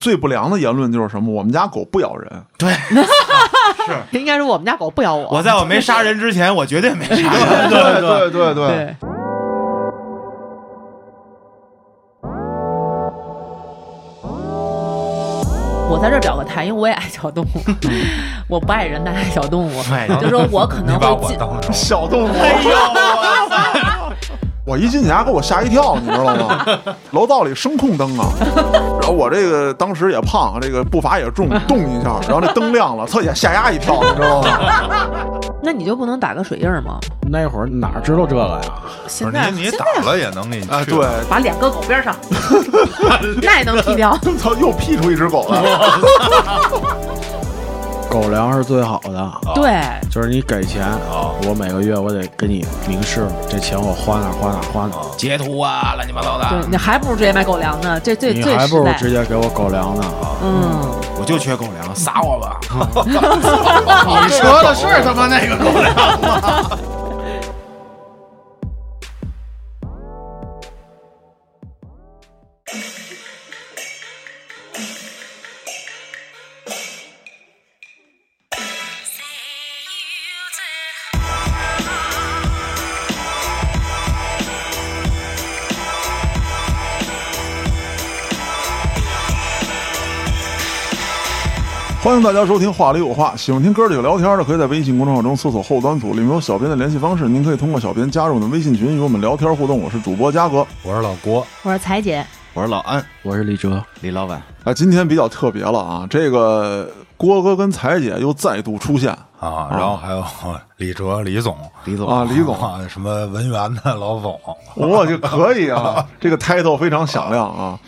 最不良的言论就是什么？我们家狗不咬人，对，应该是我们家狗不咬我。 我在我没杀人之前，我绝对没杀对对人。对对对，我在这儿表个态，因为我也爱小动 物，我不爱人，但爱小动物。哎就说我可能你把会我尽，当成小动物。哎呦，我操！ 我一进你家给我吓一跳，你知道吗？楼道里声控灯啊，然后我这个当时也胖，这个步伐也重，动一下，然后这灯亮了，他也吓丫一跳，你知道 吗？那你就不能打个水印儿吗？那会儿哪知道这个呀？现不是在啊你你现打在了也能给你啊哎，去对，把脸搁狗边 上，那也能剃掉。他又 P 出一只狗来了。 狗粮是最好的，对，就是你给钱，我每个月我得给你明示这钱我花哪花哪花哪，截图啊，乱七八糟对的。你还不如直接买狗粮呢，这最你最还不实如在。直接给我狗粮呢。嗯，我就缺狗粮，撒我吧！ 你说的是他妈那个狗粮。欢迎大家收听《话里有话》，喜欢听哥几个聊天的，可以在微信公众号中搜索“后端组”，里面有小编的联系方式，您可以通过小编加入我们微信群，与我们聊天互动。我是主播嘉哥，我是老郭，我说彩姐，我是老安，我是李哲，李老板。啊，今天比较特别了啊，这个郭哥跟彩姐又再度出现啊，然后还有李哲、李总李总啊，李总，啊，什么文员的老总，我就可以啊，这个 title 非常响亮啊。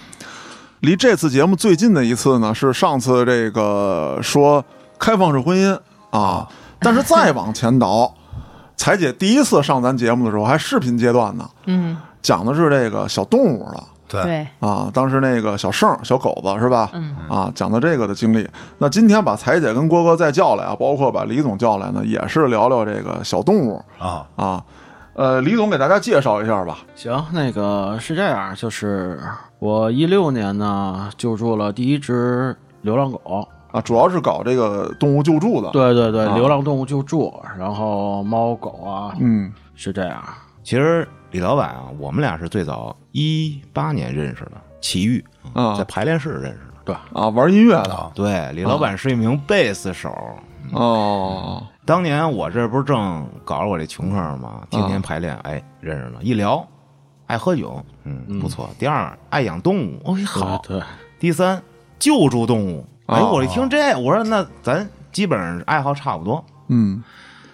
离这次节目最近的一次呢，是上次这个说开放式婚姻啊，但是再往前倒， 彩姐第一次上咱节目的时候还视频阶段呢，嗯，讲的是这个小动物了。对，对，啊，当时那个小胜小狗子是吧？嗯啊，讲的这个的经历。那今天把彩姐跟郭哥再叫来啊，包括把李总叫来呢，也是聊聊这个小动物啊，啊。呃，李总给大家介绍一下吧。行，那个是这样，就是我一六年呢救助了第一只流浪狗，啊，主要是搞这个动物救助的。，对对对，啊流浪动物救助，然后猫狗啊，嗯，是这样。其实李老板啊，我们俩是最早一八年认识的，奇遇啊在排练室认识的。啊，玩音乐的对，李老嗯板是一名贝斯手。哦，当年我这不是正搞着我这穷克吗？天嗯天排练，哎，认识了，一聊，爱喝酒，嗯，不错。第二，爱养动物，哦，好。对，对第三，救助动物。哎，哦我一听这，我说那咱基本上爱好差不多。嗯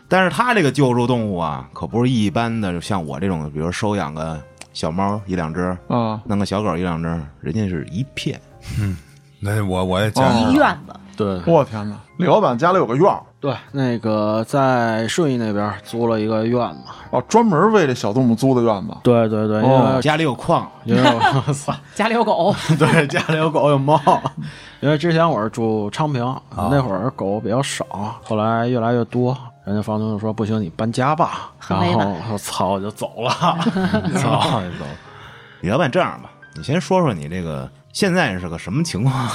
但是他这个救助动物啊，可不是一般的，像我这种，比如收养个小猫一两只，啊，弄个小狗一两只，人家是一片。那我我也见哦一识了院子，对我天哪！李老板家里有个院儿对，那个在顺义那边租了一个院子，哦，专门为这小动物租的院子。对对对，因哦为家里有矿，因为 我操，家里有 狗，对，家里有狗有猫，因为之前我是住昌平，那会儿狗比较少，后来越来越多，人家房东就说不行，你搬家吧，然累吧后我操，我就走了， 操，就走了。李老板这样吧，你先说说你这个现在是个什么情况？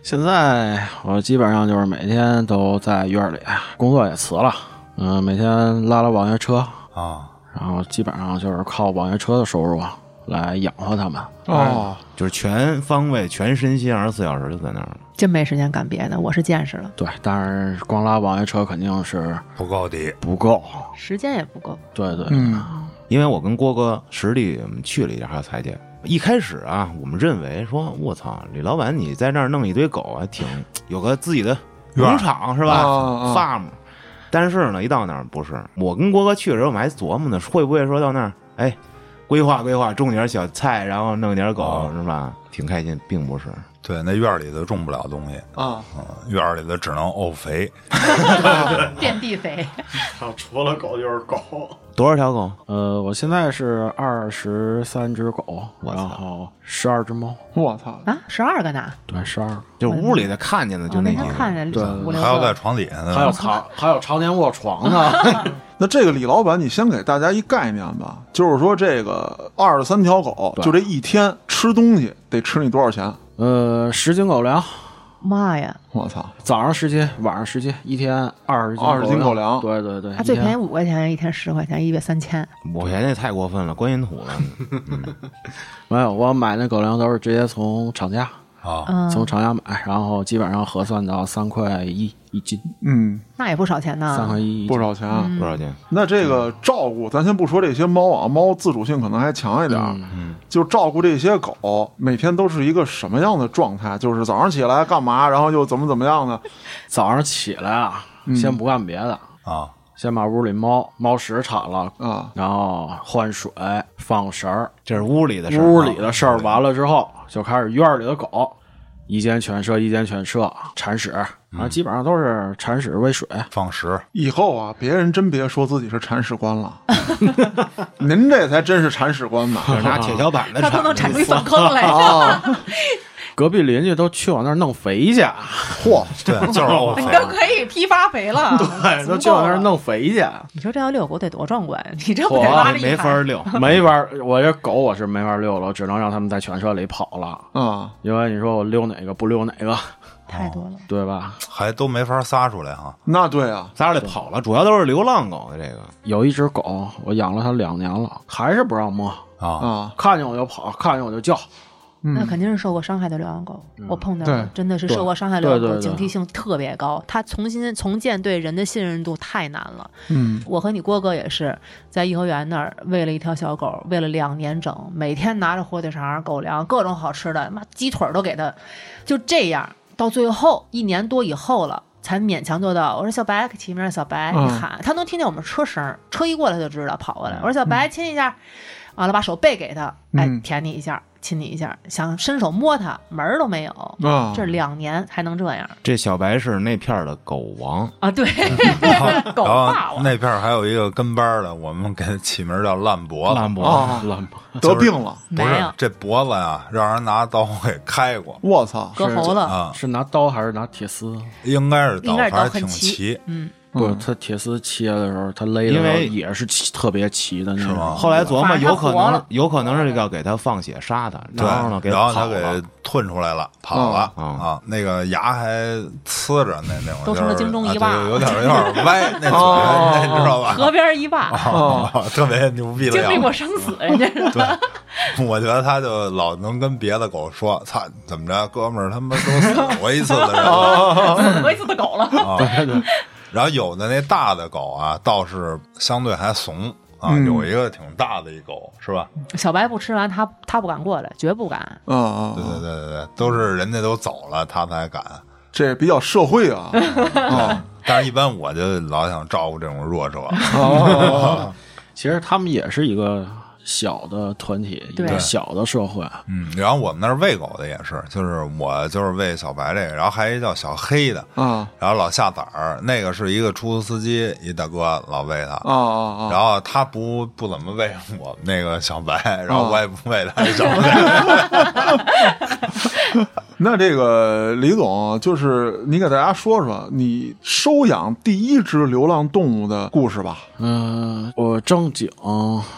现在我基本上就是每天都在院里，工作也辞了，嗯、每天拉拉网约车，啊，然后基本上就是靠网约车的收入来养活他们。哦，就是全方位、全身心，二十四小时就在那儿。真没时间干别的，我是见识了，对，但是光拉网约车肯定是不够的，不够。时间也 不够。对对，嗯因为我跟郭哥实地我们去了一下，还有彩姐。一开始啊，我们认为说，我操，李老板你在那儿弄一堆狗啊，挺有个自己的农场是吧啊啊？farm。但是呢，一到那儿不是，我跟郭哥去的时候，我们还琢磨呢，会不会说到那儿，哎，规划规划，种点小菜，然后弄点狗啊哦是吧？挺开心，并不是。对，那院里头种不了东西，嗯啊，院里头只能沤肥，遍地肥，除了狗就是狗。多少条狗？呃，我现在是二十三只狗，我操然后十二只猫，我操！啊，十二个 呢，对，十二。就屋里的看见的就我那那天几个。看着对五六还有在个，床底下呢，还有藏，还有常年卧床呢。那这个李老板，你先给大家一概念吧，就是说这个二十三条狗，对就这一天吃东西得吃你多少钱？呃，十斤狗粮，妈呀，我操！早上十斤，晚上十斤，一天二十斤20斤狗粮对对对，啊，最一天便宜五块钱，一天十块钱，一月三千。我嫌那太过分了，观音土了。 没有，我买那狗粮都是直接从厂家，啊，嗯，从厂家买，然后基本上核算到三块一一斤，嗯，那也不少钱三块呢。一一斤不。少钱啊。多少钱？那这个照顾，咱先不说这些猫啊，猫自主性可能还强一点，嗯，就照顾这些狗，每天都是一个什么样的状态？就是早上起来干嘛，然后又怎么怎么样呢？早上起来啊，先不干别的，啊，先把屋里猫猫屎铲了，啊，然后换水、放食儿，这是屋里的事儿啊，屋里的事儿完了之后，就开始院儿里的狗，一间犬舍一间犬舍铲屎，然嗯后基本上都是铲屎喂水。放食以后啊，别人真别说自己是铲屎官了，您这才真是铲屎官呢。啊就是拿铁锹板子他都能铲铲出一粪坑来，隔壁邻居都去我那儿弄肥去，啊嚯，对，就是 欧你肥，都可以批发肥了， 哎，足 都够去我那儿了。弄肥去，你说这要遛狗得多壮观，你这不得嚯拉着没一没排法儿遛。没法儿，我这狗我是没法遛了，我只能让他们在犬舍里跑了。啊，因为你说我溜哪个不溜哪个，太多了。对吧？还都没法撒出来哈。那对啊，仨人得跑了，主要都是流浪狗的这个。有一只狗，我养了它两年了，还是不让摸，嗯啊，啊，看见我就跑，看见我就叫。那肯定是受过伤害的流浪狗，我碰到对的真的是嗯对受过伤害的流对浪狗，对警对惕性特别高。它重新重建对人的信任度太难了。嗯，我和你郭哥也是在颐和园那儿喂了一条小狗，喂了两年整，每天拿着火腿肠、狗粮、各种好吃的，妈鸡腿儿都给它，就这样，到最后一年多以后了。才勉强做到。我说小白，给起名儿小白，嗯一喊，它能听见我们车声儿，车一过来它就知道跑过来。我说小白，亲一下，完了把手背给它，哎嗯，舔你一下，亲你一下，想伸手摸它，门儿都没有。啊，这两年还能这样这小白是那片儿的狗王，啊？对， 狗然霸后王，哦那片儿还有一个跟班儿的，我们给它起名叫烂脖子，烂脖子。啊，烂吧，得病了，不没是有这脖子呀，让人拿刀给开过我操，割喉了。啊，是拿刀还是拿铁丝？应该是刀，应该是刀反很正挺齐齐，，嗯，不，它铁丝切的时候，它勒的时因候为也是齐特别齐的那是吗种。后来琢磨，反正有他活可能了有可能是要给它放血杀它，对，然后呢给然后跑他了给。吞出来了，跑了嗯啊，那个牙还呲着那那种，都成了就是京中啊一霸对有点有点 歪，那嘴哦 那 知道吧？河边一霸，哦，啊 特别牛逼的经历样过子。生死，嗯人家是对，我觉得他就老能跟别的狗说：“操，怎么着，哥们儿，他妈都死过一次的人了。死过一次的狗了。啊”然后有的那大的狗啊，倒是相对还怂啊，嗯有一个挺大的一狗是吧？ 小白不吃完，他他不敢过来，绝不 敢。啊啊对，对啊对对对，都是人家都走了，他才敢。这比较社会 啊，啊但是，一般我就老想照顾这种弱者。啊，其实他们也是一个小的团体，一对个小的社会。嗯，然后我们那儿喂狗的也是，就是我就是喂小白这个，然后还有一叫小黑的，啊然后老下崽儿，那个是一个出租司机，一大哥老喂他，啊哦啊然后他不不怎么喂我们那个小白，哦然后我也不喂他小 白，那这个李总，就是你给大家说说你收养第一只流浪动物的故事吧。嗯，我正经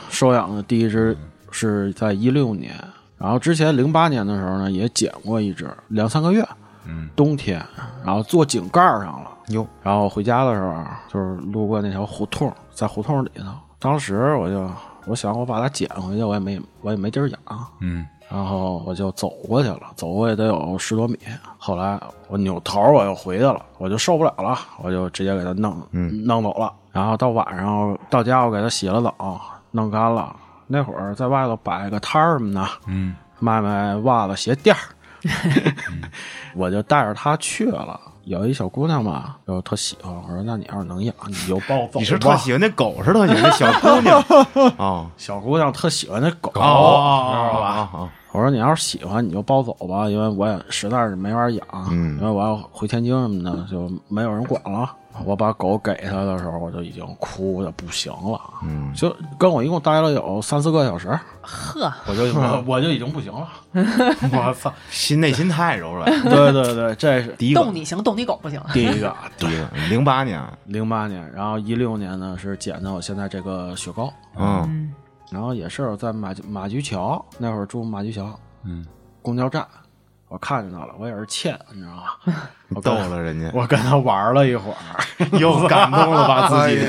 收养的第一只是在一六年，然后之前零八年的时候呢，也捡过一只，两三个月，嗯，冬天，然后坐井盖儿上了，哟，然后回家的时候啊就是路过那条胡同，在胡同里头，当时我就我想我把它捡回去，我也没我也没地儿养，嗯，然后我就走过去了，走过去得有十多米。后来我扭头我又回去了，我就受不了了，我就直接给它弄，嗯，弄走了。然后到晚上到家，我给它洗了澡，弄干了。那会儿在外头摆个摊儿什么的，嗯，卖卖袜子鞋 垫儿，我就带着它去了。有一小姑娘嘛，就特喜欢。我说：“那你要是能养，你就抱我走吧。”你是特喜欢那狗是特喜欢那小姑娘啊？小姑娘特喜欢那狗，哦哦哦知道吧？哦哦我说你要是喜欢你就抱走吧，因为我也实在是没法养，嗯因为我要回天津什么的就没有人管了。我把狗给他的时候，我就已经哭的不行了，嗯就跟我一共待了有三四个小时，呵，我就 我我就已经不行了，我操！心内心太柔 软。对对对，这是第一动个，你行，动你狗不行。第一个，第一个，零八年，零八年，然后一六年呢是捡的我现在这个雪糕，嗯嗯，然后也是在马马驹桥那会儿住马驹桥，嗯，公交站，我看见他了，我也是欠，你知道吗？我逗跟了人家， 我跟他玩了一会 儿，又感动了吧哎自己？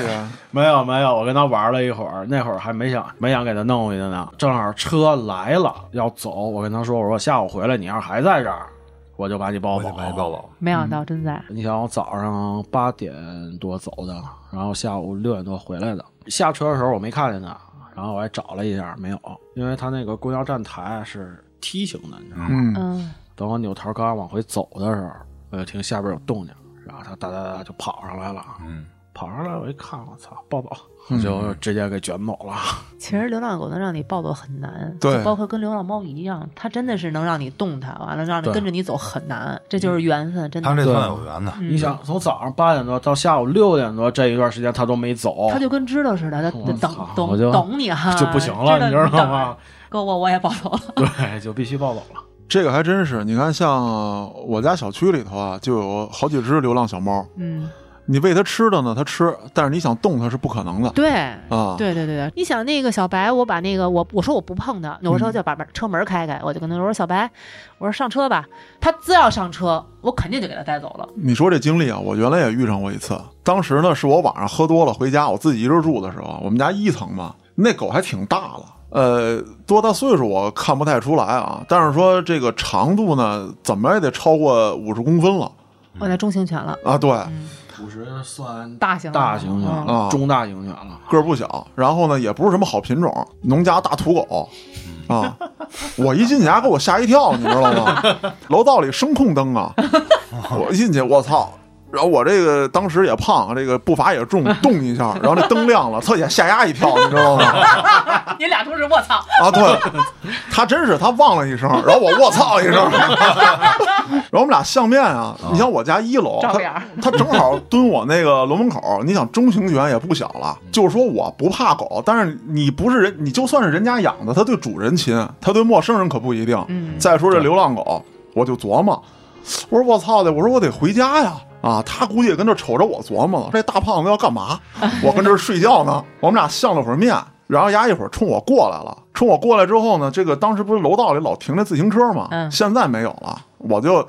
没有没有，我跟他玩了一会儿，那会儿还没想没想给他弄回去呢，正好车来了要走，我跟他说，我说下午回来，你要是还在这儿，我就把你抱我走，就把你抱走。没想嗯到真在。你想我早上八点多走的，然后下午六点多回来的。下车的时候我没看见他，然后我还找了一下，没有，因为他那个公交站台是梯形的，你知道吗？嗯，嗯，等我扭头刚要往回走的时候，我就听下边有动静，然后他哒哒哒就跑上来了。啊嗯，跑上来我一看，我操，抱抱，我就直接给卷走了。其实流浪狗能让你抱走很难，对就包括跟流浪猫一样，它真的是能让你动它，完了让你对跟着你走很难，这就是缘分，真他这的。算有缘的，嗯你，想，从早上八点多到下午六点多这一段时间，他都没走，它就跟知道似的，它我等操我等就等你哈，就不行啊了，你知道吗？？哥，我我也抱走了。对，就必须抱走了。这个还真是。你看，像我家小区里头啊，就有好几只流浪小猫。嗯，你喂它吃的呢，它吃；但是你想动它是不可能的对。啊。对对对对，你想那个小白，我把那个我我说我不碰它，我说就把把车门开开，我就跟他说，我说小白，我说上车吧，他只要上车，我肯定就给他带走了。你说这经历啊，我原来也遇上过一次。当时呢，是我晚上喝多了回家，我自己一人住的时候，我们家一层嘛，那狗还挺大了。呃，多大岁数我看不太出来啊，但是说这个长度呢，怎么也得超过五十公分了我那中型犬了，啊。对，五十算大型的大型犬嗯啊了，中大型犬了。个儿不小，然后呢也不是什么好品种，农家大土狗啊。我一进去，给我吓一跳，你知道吗？楼道里声控灯啊，我一进去，我操！然后我这个当时也胖，这个步伐也重，动一下，然后这灯亮了，他也吓丫一跳，你知道吗？嗯 你俩同时，我 操！啊，对，他真是他忘了一声，然后我卧槽一声， 然后我们俩相面啊，你像我家一楼，照他面儿他正好蹲我那个楼门口，你想中型犬也不小了，就是说我不怕狗，但是你不是人，你就算是人家养的，它对主人亲，它对陌生人可不一定。嗯再说这流浪狗，我就琢磨，我说我操的，我说我得回家呀。啊，他估计也跟这瞅着我琢磨了，这大胖子要干嘛？我跟这儿睡觉呢。我们俩相了会儿面，然后丫一会儿冲我过来了，冲我过来之后呢，这个当时不是楼道里老停那自行车吗？嗯现在没有了，我就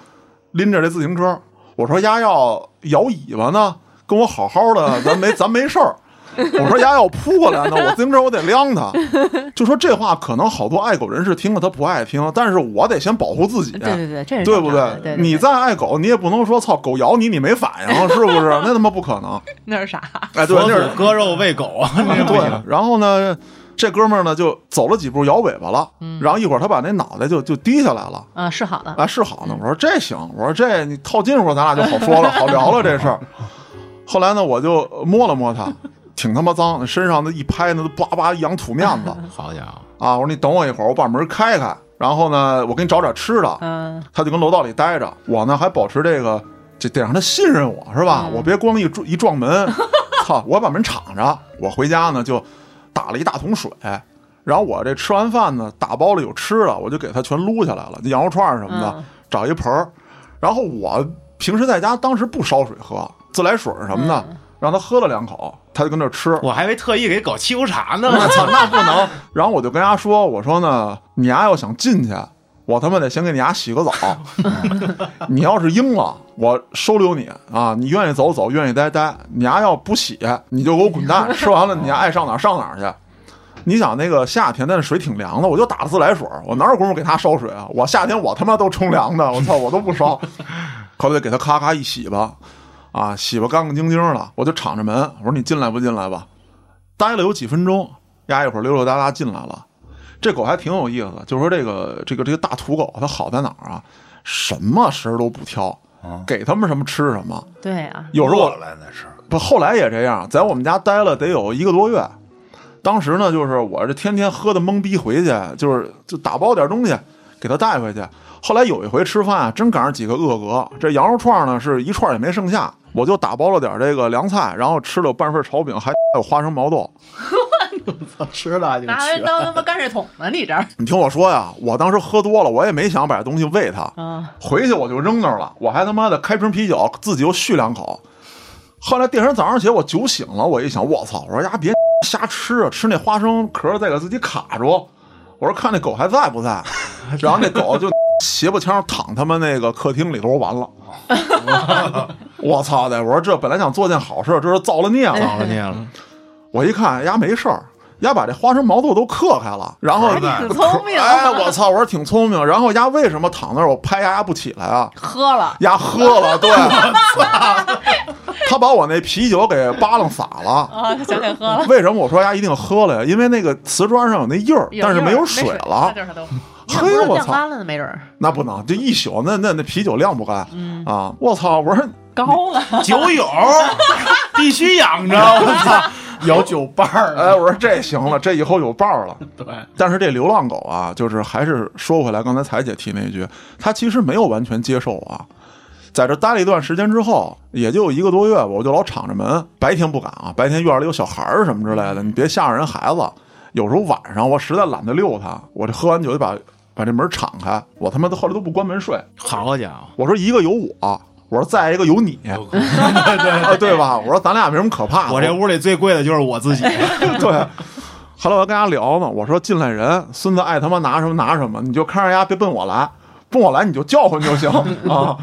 拎着这自行车，我说丫要摇尾巴呢，跟我好好的，咱没咱没事儿。我说丫要扑过来呢，我自行车我得晾他。就说这话，可能好多爱狗人士听了他不爱听，但是我得先保护自己。对对对，这是对不正常的对？对你对再爱狗，你也不能说操狗咬你，你没反应，啊是不是？那他妈不可能！那是啥？哎，对，佛那是祖割肉喂狗，对。然后呢，这哥们儿呢就走了几步，摇尾巴了，嗯然后一会儿他把那脑袋就就低下来了。啊，是好的。啊，是好呢。我说这行，我说这你套近乎，咱俩就好说了，好聊了这事儿。后来呢，我就摸了摸它，挺他妈脏，身上那一拍，那都叭叭一扬土面子好家伙，啊！我说你等我一会儿，我把门开开，然后呢，我给你找点吃的。嗯，他就跟楼道里待着，我呢还保持这个，这得让他信任我是吧？我别光一撞一撞门， 操，我把门敞着。我回家呢就打了一大桶水，然后我这吃完饭呢，打包里有吃的，我就给他全撸下来了，羊肉串什么的，嗯找一盆儿。然后我平时在家当时不烧水喝，自来水什么的，让他喝了两口，他就跟这吃。我还以为特意给狗沏壶茶呢。我操，那不能。然后我就跟他说：“我说呢，你丫要想进去，我他妈得先给你丫洗个澡。你要是应了，我收留你啊！你愿意走走，愿意待待。你丫要不洗，你就给我滚蛋。吃完了，你丫爱上哪儿上哪儿去。”你想那个夏天，但是水挺凉的，我就打自来水，我哪有功夫给他烧水啊？我夏天我他妈都冲凉的，我操，我都不烧。可不得给他咔咔一洗吧，啊，洗吧干干净净的，我就敞着门，我说你进来不进来吧？待了有几分钟，丫一会儿溜溜达达进来了。这狗还挺有意思的，就是说这个这个这个大土狗，它好在哪儿啊？什么食儿都不挑，给他们什么吃什么。对啊，有时候我过来那是，不后来也这样，在我们家待了得有一个多月。当时呢，就是我这天天喝的懵逼回去，就是就打包点东西，给他带回去。后来有一回吃饭啊，真赶上几个恶格，这羊肉串呢是一串也没剩下，我就打包了点这个凉菜，然后吃了有半份炒饼，还有花生毛豆。吃了啊就拿来去。当他妈泔水桶呢？你这儿你听我说呀，我当时喝多了，我也没想把这东西喂他，啊，回去我就扔那儿了，我还他妈的开瓶啤酒自己又续两口。后来第二天早上起来我酒醒了，我一想，我操，我说呀别瞎吃啊，吃那花生壳再给自己卡住。我说看那狗还在不在，然后那狗就 斜巴腔躺他们那个客厅里头，我完了。我操的！我说这本来想做件好事，这是造了孽 了。造了孽了，我一看呀没事儿，呀把这花生毛豆都嗑开了，然后还挺挺嗯聪 明，啊哎我操，我说挺聪明。然后呀为什么躺那儿我拍呀呀不起来啊？喝了，呀，喝了，对， 他把我那啤酒给扒楞洒了。啊，他想给喝了，为什么我说呀一定喝了呀？因为那个瓷砖上有那印儿，但是没有水了那。就是他 都。嘿你怎么我不是晾操干了呢，没准儿那不能，这一宿那那那啤酒晾不干、啊！我操！我说高了，酒友必须养着，我操，有酒伴儿 哎，我说这行了，这以后有伴儿了。对，但是这流浪狗啊，就是还是说回来，刚才彩姐提那一句，它其实没有完全接受啊。在这待了一段时间之后，也就一个多月吧，我就老敞着门，白天不敢啊，白天院里有小孩儿什么之类的，你别吓着人孩子。有时候晚上我实在懒得遛它，我这喝完酒就把把这门敞开，我他妈都后来都不关门睡。好家伙，我说一个有我，我说再一个有你，啊 对吧？我说咱俩没什么可怕的。我这屋里最贵的就是我自己， 对。后来我还跟他聊呢，我说进来人，孙子爱他妈拿什么拿什么，你就看着丫别奔我来，奔我来你就叫唤就行啊。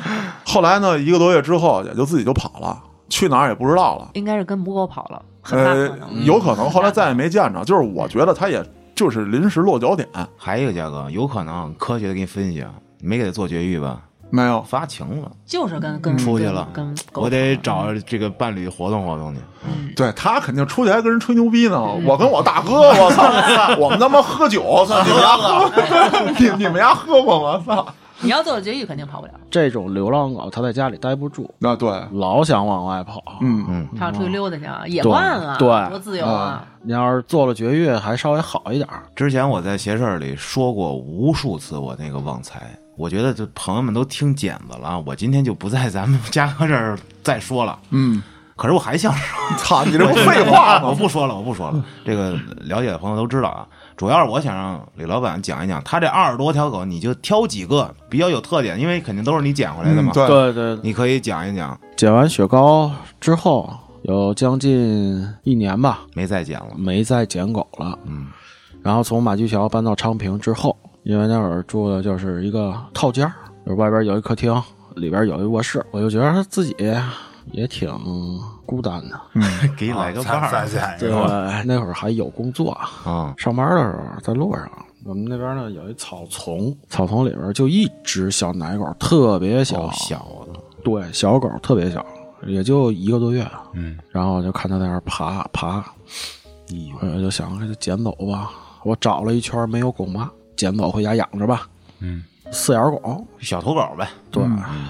后来呢，一个多月之后也就自己就跑了，去哪儿也不知道了。应该是跟母狗跑了，很大呃可能。，有可能后来再也没见着，就是我觉得他也就是临时落脚点， 还有一个价格，有可能科学的给你分析，啊，没给他做绝育吧？没有。发情了，就是跟跟出去跟了跟狗我得跑了找这个伴侣活动活动去。对他肯定出去还跟人吹牛逼呢，我跟我大哥，我操，我们他妈喝酒，我操，你们家喝，你你们家喝过吗？操，你要做了绝育肯定跑不了，这种流浪狗它在家里待不住，那对，老想往外跑。嗯它要出去溜达去啊，野蛮啊，对多自由啊！你要是做了绝育，还稍微好一点儿。之前我在邪事儿里说过无数次我那个旺财，我觉得这朋友们都听茧子了，我今天就不在咱们嘉哥这儿再说了。嗯，可是我还想说，操，你这不废话我吗？不说了，我不说了。这个了解的朋友都知道啊。主要是我想让李老板讲一讲，他这二十多条狗，你就挑几个比较有特点，因为肯定都是你捡回来的嗯嘛。对对对，你可以讲一讲，捡完雪糕之后，有将近一年吧，没再捡了。没再捡狗了。嗯，然后从马驹桥搬到昌平之后，因为那会儿住的就是一个套间儿，就是外边有一客厅，里边有一卧室，我就觉得自己也挺孤单的。给啊你来个伴再再儿见一对个，， 那会儿还有工作啊，啊！上班的时候在路上，我们那边呢有一草丛，草丛里边就一只小奶狗，特别小，小哦小的，对，小狗特别小，也就一个多月。啊嗯，哎然后我就看它在那儿爬爬，我就想给它捡走吧。我找了一圈没有狗妈，捡走回家养着吧。嗯，饲养狗，小土狗呗。对，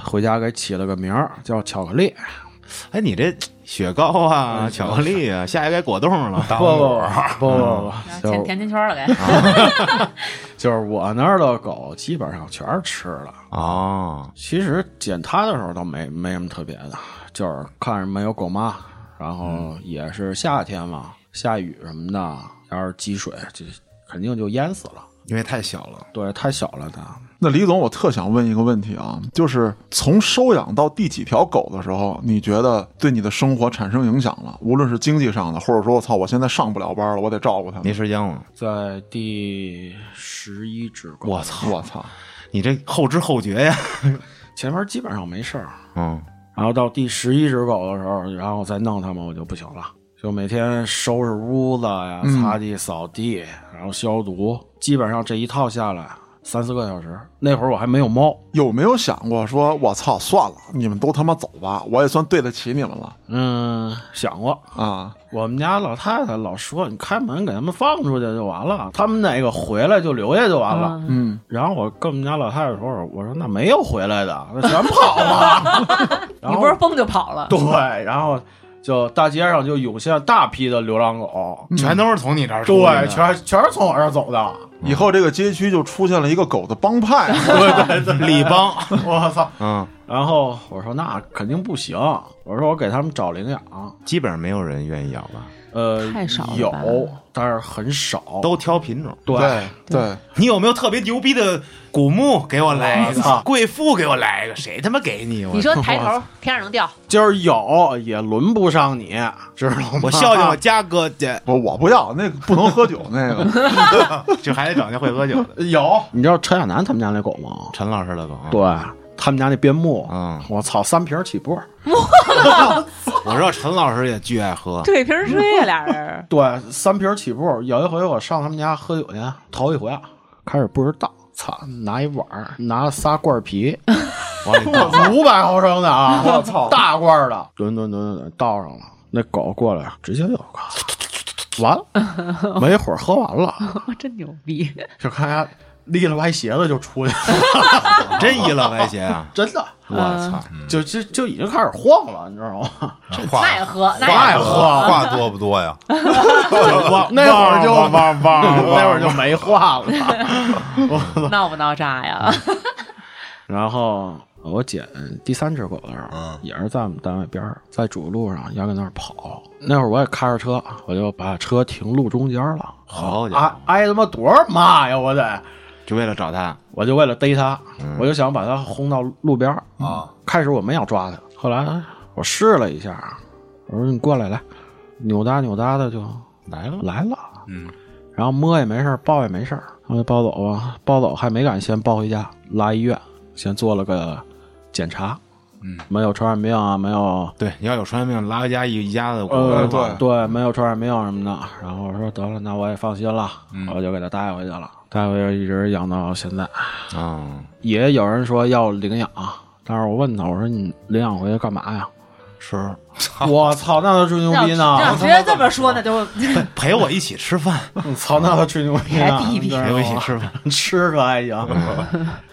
回家给起了个名儿叫巧克力。哎，你这雪糕啊，巧克力啊，下一该果冻了。嗯当不不不然后啊就甜甜甜圈了该，就是我那儿的狗基本上全是吃的。哦，其实捡它的时候倒没没什么特别的，就是看着没有狗妈，然后嗯也是夏天嘛，下雨什么的，要是积水就肯定就淹死了。因为太小了，对，太小了它。那李总，我特想问一个问题啊，就是从收养到第几条狗的时候，你觉得对你的生活产生影响了？无论是经济上的，或者说我操，我现在上不了班了，我得照顾它没们。时间了。在第十一只狗，我操，我操！你这后知后觉呀。前面基本上没事儿，嗯，然后到第十一只狗的时候，然后再弄它们，我就不行了。就每天收拾屋子呀，嗯擦地、扫地，然后消毒，基本上这一套下来三四个小时。那会儿我还没有猫，有没有想过说，我操，算了，你们都他妈走吧，我也算对得起你们了嗯，想过。啊！我们家老太太老说，你开门给他们放出去就完了，他们哪个回来就留下就完了。嗯，然后我跟我们家老太太说，我说那没有回来的，那全跑了。然你后不是疯就跑了，对，然后。就大街上就涌现大批的流浪狗，全都是从你这儿出来对，的全全是从我这儿走的。以后这个街区就出现了一个狗的帮派，对对，李帮，我操！嗯，然后我说那肯定不行，我说我给他们找领养，基本上没有人愿意养吧，呃，太少了有吧，但是很少，都挑品种。对。对，你有没有特别牛逼的古墓？给我来一我操个，贵妇给我来一个，谁他妈给你？我你说抬头天上能掉，就是有也轮不上你，知道吗？我孝敬我家哥去，我我不要那个不能喝酒那个，就还得找那会喝酒的 有，你知道陈亚楠他们家那狗啊吗？陈老师的狗。对，他们家那边牧，嗯我操，三瓶起步。我知道陈老师也巨爱喝，对瓶吹呀，俩 人对，三瓶起步。有一回我上他们家喝酒去，头一回啊，开始不知道，操，拿一碗儿，拿仨罐啤，往里倒。 五百毫升的啊，我操， 大罐儿的，吨吨吨吨倒上了。那狗过来直接就完了，没一会儿喝完了，我真牛逼！就看他立了歪鞋子就出去了，真一了歪鞋啊！ 真的我操，就就就已经开始晃了，你知道吗？话那也喝，那话也也多喝话多不 多呀？ 那会儿就啊汪汪汪汪那会儿就没话了。喝，闹不闹炸呀？ 然后我捡第三只狗的时候，也是在我们单位边儿，在主路上要跟那儿跑。那会儿我也开着车，我就把车停路中间了，好家挨伙，啊挨他妈多少骂呀！我得，就为了找他，我就为了逮它，我就想把它轰到路边儿啊。开始我没想抓它，后来我试了一下，我说你过来来，扭搭扭搭的就来了，来了，嗯，然后摸也没事儿，抱也没事儿，我就抱走吧，抱走还没敢先抱回家，拉医院先做了个检查，嗯，没有传染病啊，没有。对，你要有传染病，拉回家一一家子骨呃，头。对对，没有传染病什么的。然后我说得了，那我也放心了，我就给它带回去了，带回去一直养到现在。啊，也有人说要领养，但是我问他，我说你领养回去干嘛呀？吃 我操，那他吹牛要 逼呢！要直接这么说，那就 陪我一起吃饭，我操，那他吹牛逼呢！还逼逼你知道吗陪我一起吃饭。吃可还行。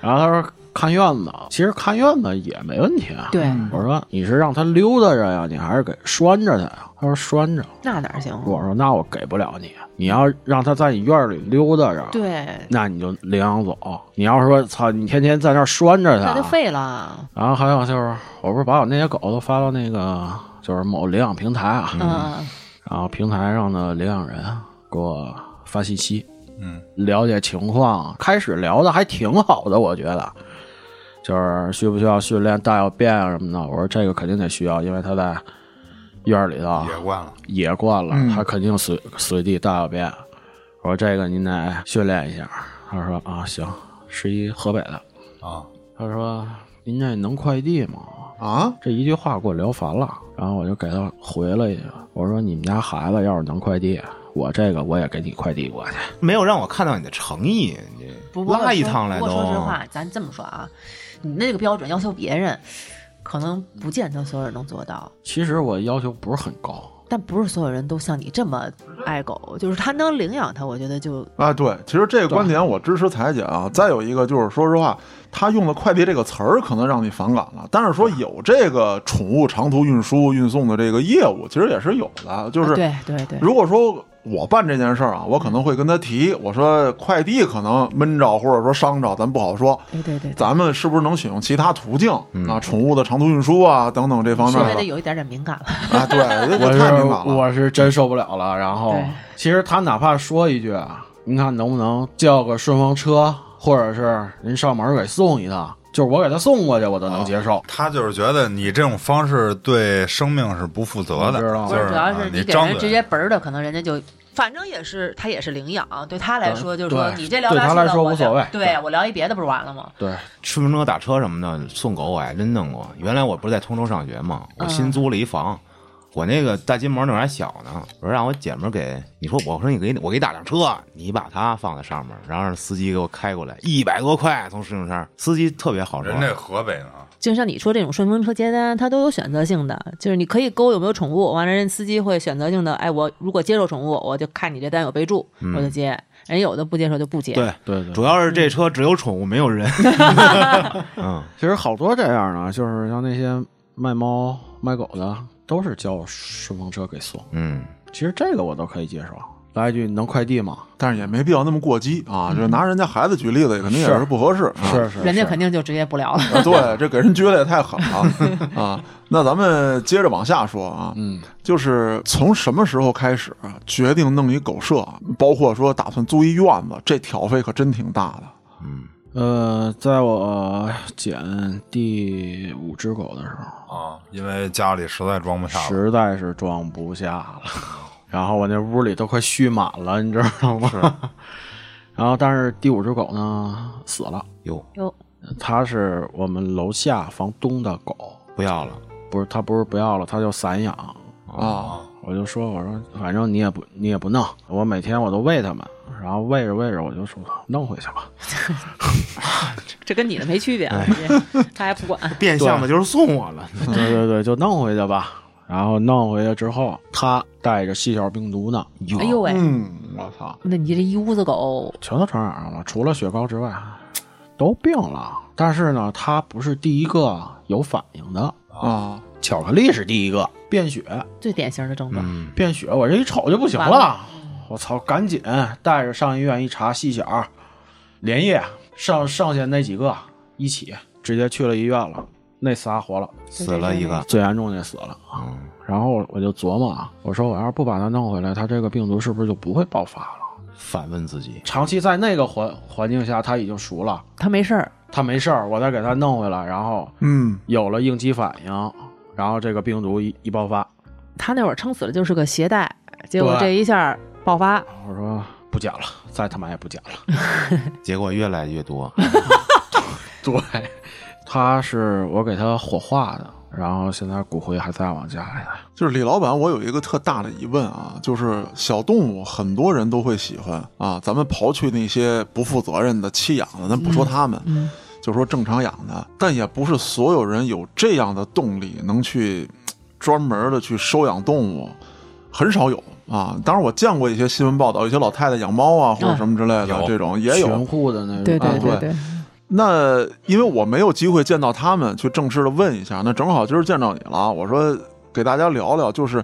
然后他说看院子，其实看院子也没问题啊。对，我说你是让他溜达着呀，你还是给拴着他呀？他说拴着。那哪行？我说那我给不了你，啊你要让他在你院里溜达着，对，那你就领养走。你要是说操，你天天在那儿拴着那他就，废了。然后还有就是，我不是把我那些狗都发到那个就是某领养平台啊，嗯，然后平台上的领养人啊给我发信息，嗯，了解情况。开始聊的还挺好的，我觉得，就是需不需要训练大小便啊什么的。我说这个肯定得需要，因为他在院儿里头也嗯惯了，野惯了，他肯定随随地大小便。我说这个您得训练一下。他说啊行，是一河北的啊。他说您这能快递吗？啊，这一句话给我聊烦了，然后我就给他回了一句，我说你们家孩子要是能快递，我这个我也给你快递过去。没有让我看到你的诚意，你不过拉一说趟来不都过。说实话，咱这么说啊，你那个标准要求别人，可能不见得所有人能做到。其实我要求不是很高，但不是所有人都像你这么爱狗，就是他能领养它，我觉得就啊，对，其实这个观点我支持裁姐啊。再有一个就是，说实话，他用了“快递”这个词儿，可能让你反感了。但是说有这个宠物长途运输运送的这个业务，其实也是有的。就是啊对对对，如果说我办这件事儿啊，我可能会跟他提，我说快递可能闷着或者说伤着，咱不好说。对对对，咱们是不是能选用其他途径啊？宠物的长途运输啊，等等这方稍微面的的有一点点敏感了。啊，对， 这我个太是敏感了。我是真受不了了。然后对其实他哪怕说一句，啊，您看能不能叫个顺风车，或者是您上门给送一趟，就是我给他送过去，我都能接受。他就是觉得你这种方式对生命是不负责的，你知道吗就不是，主要啊是你给张人直嘴接嘣儿的，可能人家就。反正也是，他也是领养，对他来说对就是说，对你这聊对聊他这来个说我无所聊谓对我聊一别的不是完了吗？对，顺风车、打车什么的送狗，我还真弄过。原来我不是在通州上学嘛，我新租了一房，我那个大金毛那会儿还小呢，我说让我姐们儿给你说，我说你给我给你打辆车，你把它放在上面，然后让司机给我开过来，一百多块从石景山，司机特别好说人，这河北呢，就像你说这种顺风车接单，它都有选择性的，就是你可以勾有没有宠物，完了人司机会选择性的，哎，我如果接受宠物，我就看你这单有备注，我就接；人有的不接受就不接。对对对主要是这车只有宠物没有人，其实好多这样的，就是像那些卖猫卖狗的都是叫顺风车给送。嗯，其实这个我都可以接受。来一句，你能快递吗？但是也没必要那么过激啊。就是拿人家孩子举例子，肯定也是不合适。啊是是，人家是肯定就职业不了了。啊对，这给人撅的也太狠了啊！那咱们接着往下说啊，嗯，就是从什么时候开始啊决定弄一狗舍，包括说打算租一院子，这挑费可真挺大的。呃，在我捡第五只狗的时候，啊，因为家里实在装不下了。实在是装不下了， 然后我那屋里都快蓄满了，你知道吗？ 然后，但是第五只狗呢死了，哟，哟，它是我们楼下房东的狗，不要了，不是它不是不要了，它就散养，啊，我就说，我说反正你也不你也不弄，我每天我都喂它们，然后喂着喂着我就说弄回去吧。这跟你的没区别，啊他还不管。变相的就是送我了。对对对，就弄回去吧。然后弄回去之后，它带着细小病毒呢，哎呦喂，嗯，我操，那你这一屋子狗，全都传染上了，除了雪糕之外，都病了。但是呢，它不是第一个有反应的，啊，巧克力是第一个便血，最典型的症状，便血，我这一瞅就不行完了，我操，赶紧带着上医院一查，细小，连夜上上线那几个一起直接去了医院了，那仨活了，死了一个，最严重的死了。啊嗯，然后我就琢磨啊，我说我要是不把它弄回来，它这个病毒是不是就不会爆发了？反问自己，长期在那个环环境下，它已经熟了，它没事儿，它没事儿，我再给它弄回来，然后嗯，有了应激反应，然后这个病毒一一爆发，它那会儿撑死了就是个携带，结果对这一下爆发，我说不捡了，再他妈也不捡了。结果越来越多。 对，它是我给它火化的，然后现在骨灰还在往家里呢。就是李老板，我有一个特大的疑问啊，就是小动物很多人都会喜欢啊，咱们刨去那些不负责任的弃养的，咱不说他们，就说正常养的，但也不是所有人有这样的动力能去专门的去收养动物，很少有啊。当然，我见过一些新闻报道，有些老太太养猫啊或者什么之类的，有这种也有全户的那种，对对啊对对，那因为我没有机会见到他们，去正式的问一下。那正好今儿见到你了，我说给大家聊聊，就是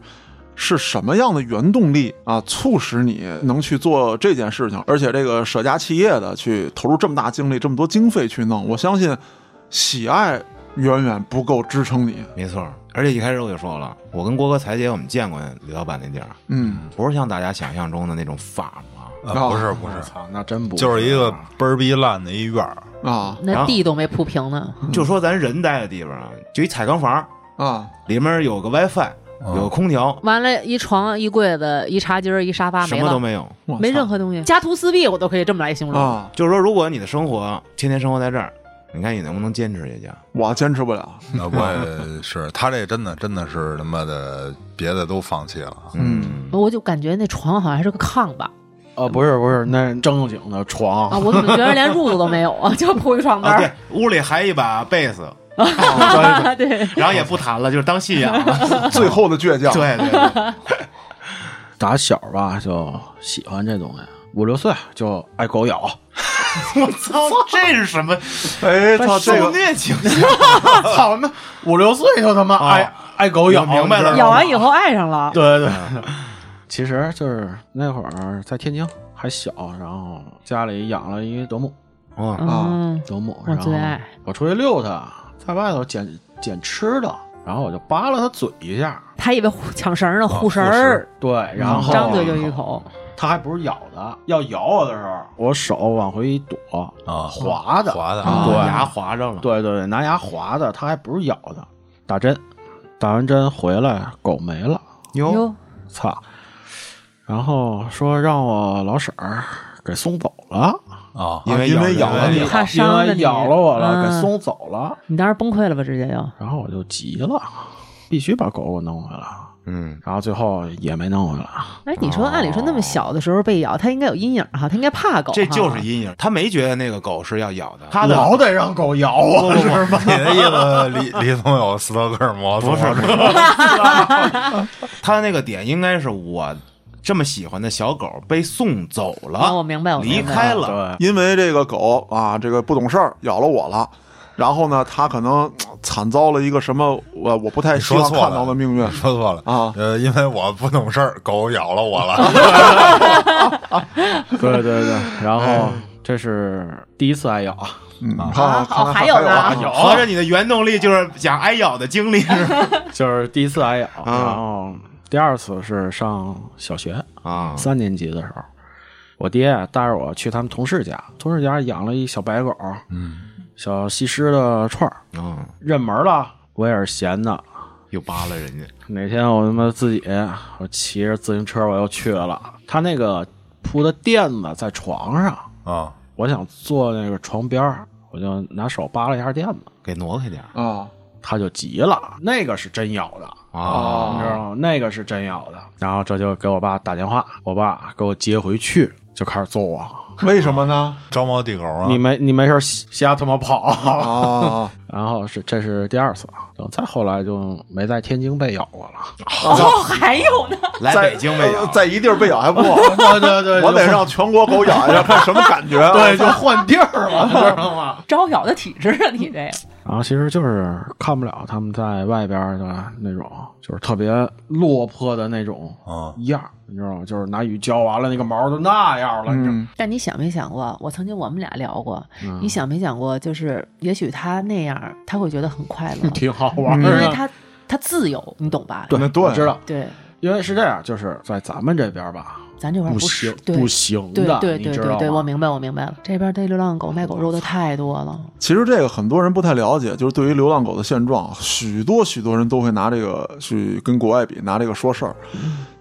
是什么样的原动力啊，促使你能去做这件事情，而且这个舍家弃业的去投入这么大精力、这么多经费去弄，我相信喜爱远远不够支撑你。没错儿，而且一开始我就说了，我跟郭哥、彩姐我们见过李老板那地儿，嗯，不是像大家想象中的那种 farm 啊，啊，不是不是我，哦操，那真不啊就是一个倍儿逼烂的一院儿，啊那地都没铺平呢，就说咱人待的地方啊，就一彩钢房，啊，里面有个 WiFi，有个空调，完了，一床一柜子一茶几儿一沙发什没么都了，没有。我操没任何东西，家徒四壁，我都可以这么来形容。啊，就是说，如果你的生活天天生活在这儿，你看你能不能坚持下去？我坚持不了。 那我也是他这真的真的是他妈的别的都放弃了啊，嗯，我就感觉那床好像还是个炕吧，啊，不是不是，那正经的床啊，，我怎么觉得连褥子都没 有啊，就铺一床单啊，对儿，，屋里还一把贝斯，啊 对，然后也不弹了，就是当戏养了。最后的倔强，对对对，打小吧就喜欢这东西，五六岁就挨狗 咬，我操，这是什么哎，操这受个。虐倾向？操那五六岁就他妈啊挨挨狗咬你知道咬完以后爱上了，对对，其实就是那会儿在天津还小，然后家里养了一德牧，哦，嗯，德牧，我然后最爱我出去遛它，在外头捡捡吃的，然后我就扒拉它嘴一下，他以为护抢绳儿呢，护绳护啊儿，对，然后张嘴就一口，它还不是咬的，要咬我的时候，我手往回一躲，啊划的，划的啊对，对牙划着了。对对对，拿牙划的，它还不是咬的，打针，打完针回来狗没了。哟，哟，操！然后说让我老婶儿给送走了，啊因为因为咬咬了你人他因伤了为你，咬了我了，嗯给送走了。你当时崩溃了吧？直接就然后我就急了，必须把狗给我弄回来。嗯，然后最后也没弄回来。哎，你说，按理说那么小的时候被咬，他应该有阴影啊哈，他应该怕狗哈，这就是阴影。他没觉得那个狗是要咬的，他的老得让狗咬啊不我，不不你的意思，李李总有斯德哥尔摩综不是合，不是他那个点应该是我这么喜欢的小狗被送走啊，我了，明白，我离明白开了。对，因为这个狗啊，这个不懂事儿咬了我了，然后呢，它可能呃惨遭了一个什么呃我我不太希说望错了看到的命运说错了啊呃，因为我不懂事儿，狗咬了我了。对对对，然后这是第一次挨 咬，嗯，好，好哦看来还有呢啊有合着你的原动力就是想挨咬的经历是吧就是第一次挨咬，然后第二次是上小学啊三年级的时候，我爹带着我去他们同事家，同事家养了一小白狗，嗯，小西施的串儿， 嗯，认门了，我也是闲的。又扒拉人家，哪天我他妈自己，我骑着自行车我又去了，他那个铺的垫子在床上，啊，我想坐那个床边儿，我就拿手扒拉一下垫子，给挪开点儿啊他就急了，那个是真咬的，你知啊道吗？那个是真咬的。然后这就给我爸打电话，我爸给我接回去，就开始揍我。为什么呢？招猫递狗啊你！没你没事儿瞎瞎他妈跑。 啊，然后是这是第二次，然后再后来就没在天津被咬过了。哦，还有呢，来在北京被咬，在一地儿被咬还不够，对对对我得让全国狗咬一下，看什么感觉。 啊对就 换地儿 了，知道吗？招咬的体质啊，你这个然后其实就是看不了他们在外边的那种，就是特别落魄的那种啊，样儿，你知道吗？就是拿雨浇完了，那个毛都那样了，你知道吗？嗯，但你想没想过？我曾经我们俩聊过，嗯你想没想过？就是也许他那样，他会觉得很快 乐，挺好玩因儿为的。他他自由，你懂吧？那我对，知道，对，因为是这样，就是在咱们这边吧，咱这块儿是行对不行对的，对你对知对道对，吗我明白我明白了，这边对流浪狗卖狗肉的太多了，其实这个很多人不太了解，就是对于流浪狗的现状，许多许多人都会拿这个去跟国外比，拿这个说事儿。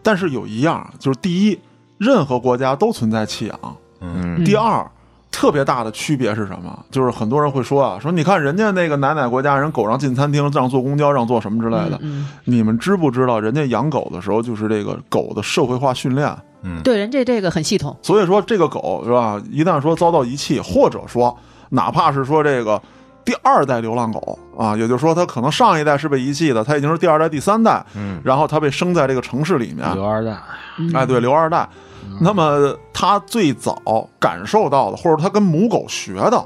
但是有一样，就是第一，任何国家都存在弃养；嗯第二，特别大的区别是什么？就是很多人会说啊，说你看人家那个奶奶国家人狗让进餐厅，让坐公交，让坐什么之类的。嗯，你们知不知道，人家养狗的时候就是这个狗的社会化训练？对，人这这个很系统，所以说这个狗是吧？一旦说遭到遗弃，或者说哪怕是说这个第二代流浪狗啊，也就是说它可能上一代是被遗弃的，它已经是第二代、第三代，嗯然后它被生在这个城市里面，刘二蛋，啊嗯啊哎，对，留二代。嗯那么它最早感受到的，或者它跟母狗学的，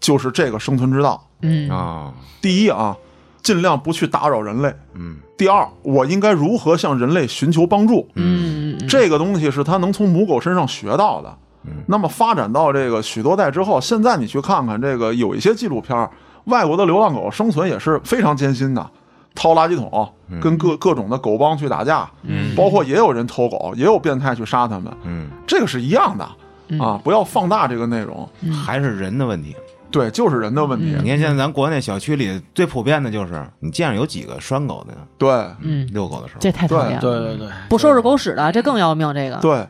就是这个生存之道。嗯啊第一啊，尽量不去打扰人类；嗯第二，我应该如何向人类寻求帮助？嗯嗯这个东西是它能从母狗身上学到的。那么发展到这个许多代之后，现在你去看看这个有一些纪录片儿，外国的流浪狗生存也是非常艰辛的，掏垃圾桶，嗯跟各各种的狗帮去打架，包括也有人偷狗，也有变态去杀它们，嗯，这个是一样嗯的啊！不要放大这个内容，还是人的问题。对，就是人的问题，嗯你看现在咱国内小区里最普遍的就是，你见着有几个拴狗的呢？对嗯，遛狗的时候，这太讨厌了，对对对，不收拾狗屎的这更要命，这个对。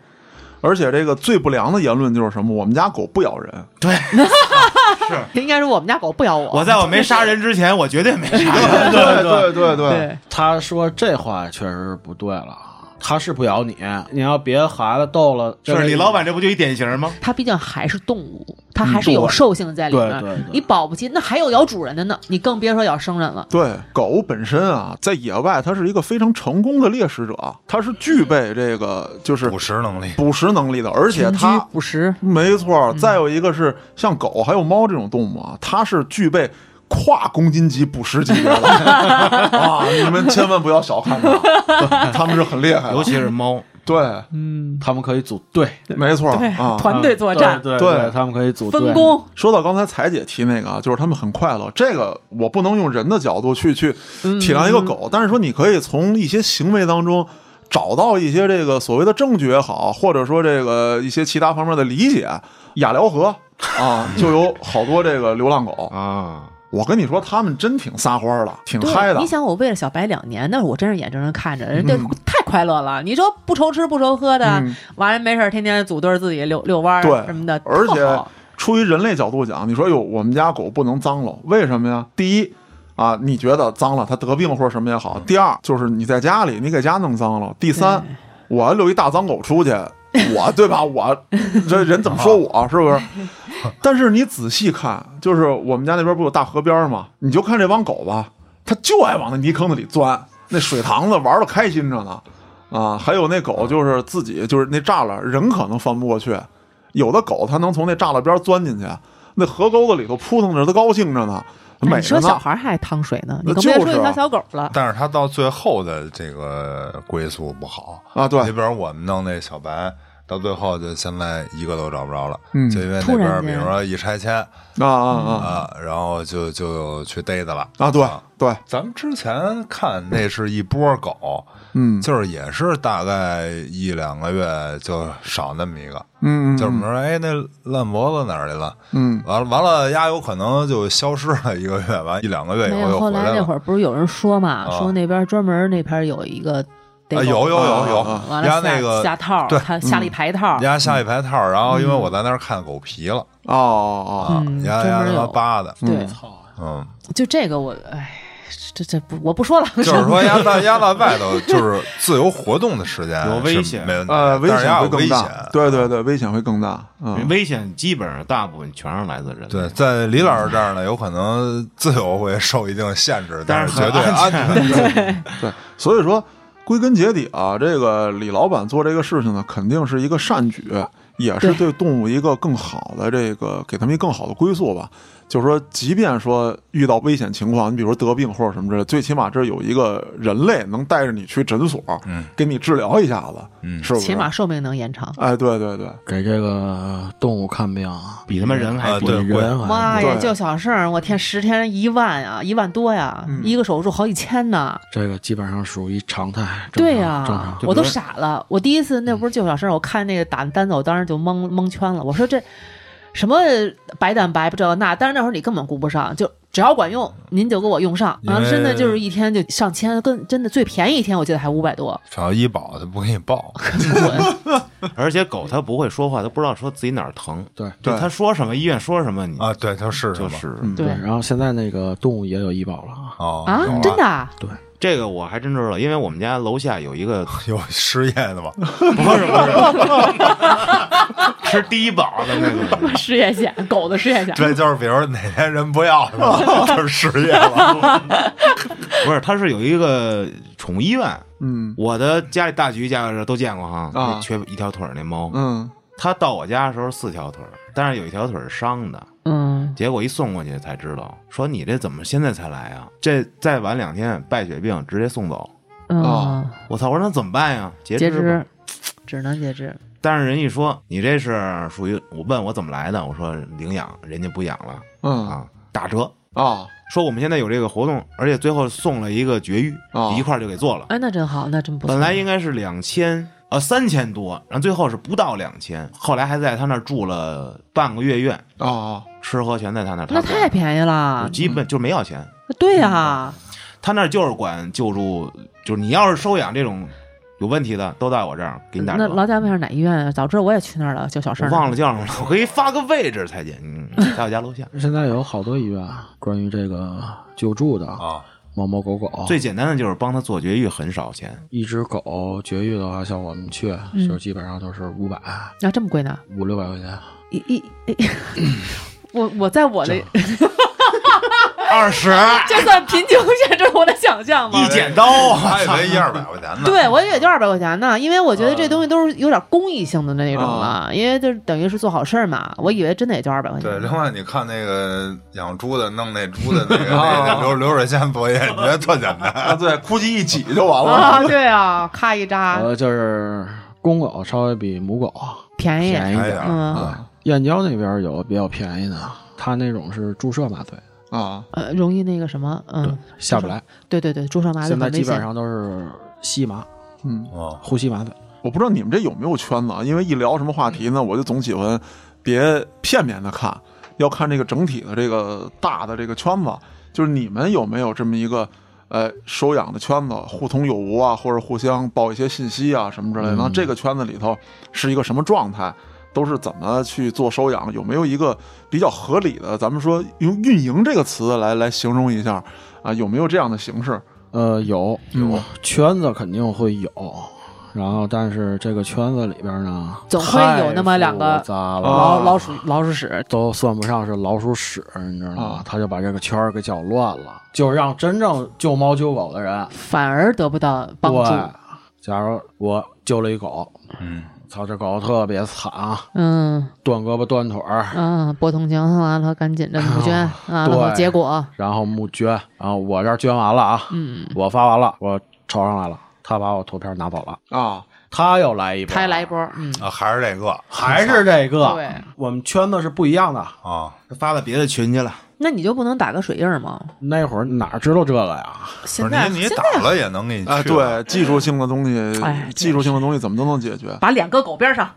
而且这个最不良的言论就是什么？我们家狗不咬人， 应该是我们家狗不咬我，我在我没杀人之前，我绝对没杀人。对对对对，对，他说这话确实不对了，他是不咬你，你要别孩子逗了，这是个李老板，这不就一典型吗？它毕竟还是动物，它嗯还是有兽性在里面对对对，你保不齐那还有咬主人的呢，你更别说咬生人了。对，狗本身啊，在野外它是一个非常成功的猎食者，它是具备这个就是捕食能力，捕食能力的，而且群居它捕食，没错。再有一个是像狗还有猫这种动物啊，它是具备。跨公斤级捕食级别的啊！你们千万不要小看它，它们是很厉害尤的。其是猫，对，他们可以组队，没错啊。团队作战，对对他们可以组队分，工，说到刚才彩姐提那个啊，就是他们很快乐，这个我不能用人的角度去去嗯体谅一个狗，但是说你可以从一些行为当中找到一些这个所谓的证据也好，或者说这个一些其他方面的理解。雅辽河啊，就有好多这个流浪狗。啊，我跟你说，他们真挺撒欢儿的，挺嗨对，的嗯你。想我为了小白两年，那我真是眼睁睁看着，人家太快乐了。你说不愁吃不愁喝的，完了没事儿天天组队儿自己遛遛弯对儿什么的，而特且好出于人类角度讲，你说哟，我们家狗不能脏了，为什么呀？第一啊，你觉得脏了，它得病或者什么也嗯好；第二就是你在家里，你给家弄脏了；第三，我要遛一大脏狗出去，我对吧？我这人怎么说 我是不是？但是你仔细看，就是我们家那边不有大河边吗？你就看这帮狗吧，它就爱往那泥坑子里钻，那水塘子玩的开心着呢。啊，还有那狗就是自己就是那栅栏，人可能翻不过去，有的狗它能从那栅栏边钻进去，那河沟子里头扑腾着，它高兴着呢。美哎你说着小呢。孩还爱趟水呢，你那更别就是说一条啊小狗了。但是他到最后的这个归宿不好啊对你比如我们弄那小白，到最后就现在一个都找不着了，嗯就因为那突然边间比如说一拆迁啊啊啊，然后就就去逮的了啊啊！对对，咱们之前看那是一波狗，嗯就是也是大概一两个月就少那么一个，嗯嗯，就是我们说哎那烂脖子哪儿去了？嗯完了完了，鸭有可能就消失了一个月，完一两个月以没后有，又后回来来那了。会儿不是有人说嘛，啊说那边专门那边有一个逮啊，狗，有有有有啊，完鸭了那下个下套，对他下了一排套，鸭下一排套儿，然后因为我在那儿看狗皮了哦哦啊，嗯鸭专鸭门他妈有扒的，对，操，嗯，就这个我哎，这这不我不说了，就 是说鸭在鸭在外头就是自由活动的时间有危险是没问题的，呃，危但是险鸭会有危更险大，，对对对，危险会更大。嗯，危险基本上大部分全是来自人类。对，在李老师这儿呢，有可能自由会受一定限制，但但是是绝很对安安全。对，所以说归根结底啊，这个李老板做这个事情呢，肯定是一个善举，也是对动物一个更好的这个给他们一个更好的归宿吧。就是说，即便说遇到危险情况，你比如说得病或者什么之类，最起码这有一个人类能带着你去诊所，嗯，给你治疗一下子，嗯是不是起？码寿命能延长。哎，对对对，给这个动物看病啊，比他妈人还啊多。对比人还妈呀，对就小事儿，我天，十天一万啊，一万多呀，一个手术好几千呢。这个基本上属于常态，正常对呀、正常。就我比都如傻了。我第一次那不是救小生，我看那个打单子，我当时就蒙蒙圈了。我说这什么白蛋白不这那，但是那会儿你根本顾不上，就只要管用，您就给我用上。哎因啊，为真的就是一天就上千，跟真的最便宜一天我记得还五百多。只要医保他不给你报，而且狗它不会说话，它不知道说自己哪儿疼。对就对它说什么医院说什么，你啊，对，他是什就么是嗯对然后现在那个动物也有医保了啊，哦啊有，真的啊，这个我还真知道，因为我们家楼下有一个有失业的吗？吃低保的那个失 业险，狗的失业险。对，就是比如哪天人不要了， 就是失业了。不是，它是有一个宠物医院。嗯我的家里大橘家里都见过哈，啊缺一条腿儿那猫，嗯，它到我家的时候是四条腿儿，但是有一条腿儿是伤的，嗯，结果一送过去才知道，说你这怎么现在才来啊？这再晚两天败血病直接送走。嗯，哦我操！我说那怎么办呀？啊截截吧肢，只能截肢。但是人一说你这是属于我问我怎么来的，我说领养，人家不养了嗯啊啊，打折。啊说我们现在有这个活动，而且最后送了一个绝育，哦一块儿就给做了。哎，那真好，那真不错。本来应该是两千呃三千多，然后最后是不到两千，后来还在他那儿住了半个月院，啊吃喝全在他那儿。那他管太嗯便宜就了，基本就没要钱，对呀、他那儿就是管救助，就是你要是收养这种有问题的，都在我这儿给你打那折。老家那是哪医院啊？早知道我也去那儿了，救小生我儿。忘了叫什么了，我可以发个位置，蔡姐， 嗯，在我家楼下。现在有好多医院啊关于这个救助的啊，啊，猫猫狗狗，啊哦最简单的就是帮他做绝育，很少钱。一只狗绝育的话，像我们去嗯就基本上都是五百啊，这么贵呢？五六百块钱，一一一，我我在我的 二十这算贫穷限制我的想象吗一？剪刀 啊！还以为一二百块钱呢。对，我以为也就二百块钱呢，因为我觉得哦这东西都是有点公益性的那种了，因为就是等于是做好事儿嘛。我以为真的也就二百块钱对，。另外你看那个养猪的弄那猪的那个那个流流水线作业，你觉得特简单？啊！对，估计一挤就完了。啊，对啊，咔一扎呃，就是公狗稍微比母狗便宜，便宜一哎点。呀，嗯，啊燕郊那边有比较便宜的，它那种是注射麻醉，啊呃，容易那个什么，嗯，下不来，对对对，朱上麻醉现在很危基本险。上都是吸麻、嗯，哦，呼吸麻醉。我不知道你们这有没有圈子，啊，因为一聊什么话题呢，我就总喜欢别片面的看，要看这个整体的这个大的这个圈子。就是你们有没有这么一个呃收养的圈子，互通有无啊，或者互相报一些信息啊什么之类的？那这个圈子里头是一个什么状态？都是怎么去做收养？有没有一个比较合理的？咱们说用“运营”这个词来来形容一下啊，有没有这样的形式？嗯呃，有有圈子肯定会有，然后但是这个圈子里边呢，总会有那么两个太复杂啊了老老鼠老鼠 屎，都算不上是老鼠屎，你知道吗啊？他就把这个圈儿给搅乱了，就让真正救猫救狗的人反而得不到帮助。对。假如我救了一狗，嗯，操，这狗特别惨啊，嗯断胳膊断腿儿，嗯，博同情完了，赶紧的募捐啊，然后对结果然后募捐，然后我这儿捐完了啊，嗯，我发完了，我抄上来了，他把我图片拿走了，啊，他又来一波，他也来一波，嗯，啊，还是这个还是这个，对，我们圈子是不一样的。啊， 发到别的群去了。那你就不能打个水印儿吗？那会儿哪知道这个呀？不现是在你你现打在了也能给你哎，去了对，技术性的东西，哎技术性的东西怎么都能解决，把脸搁狗边上，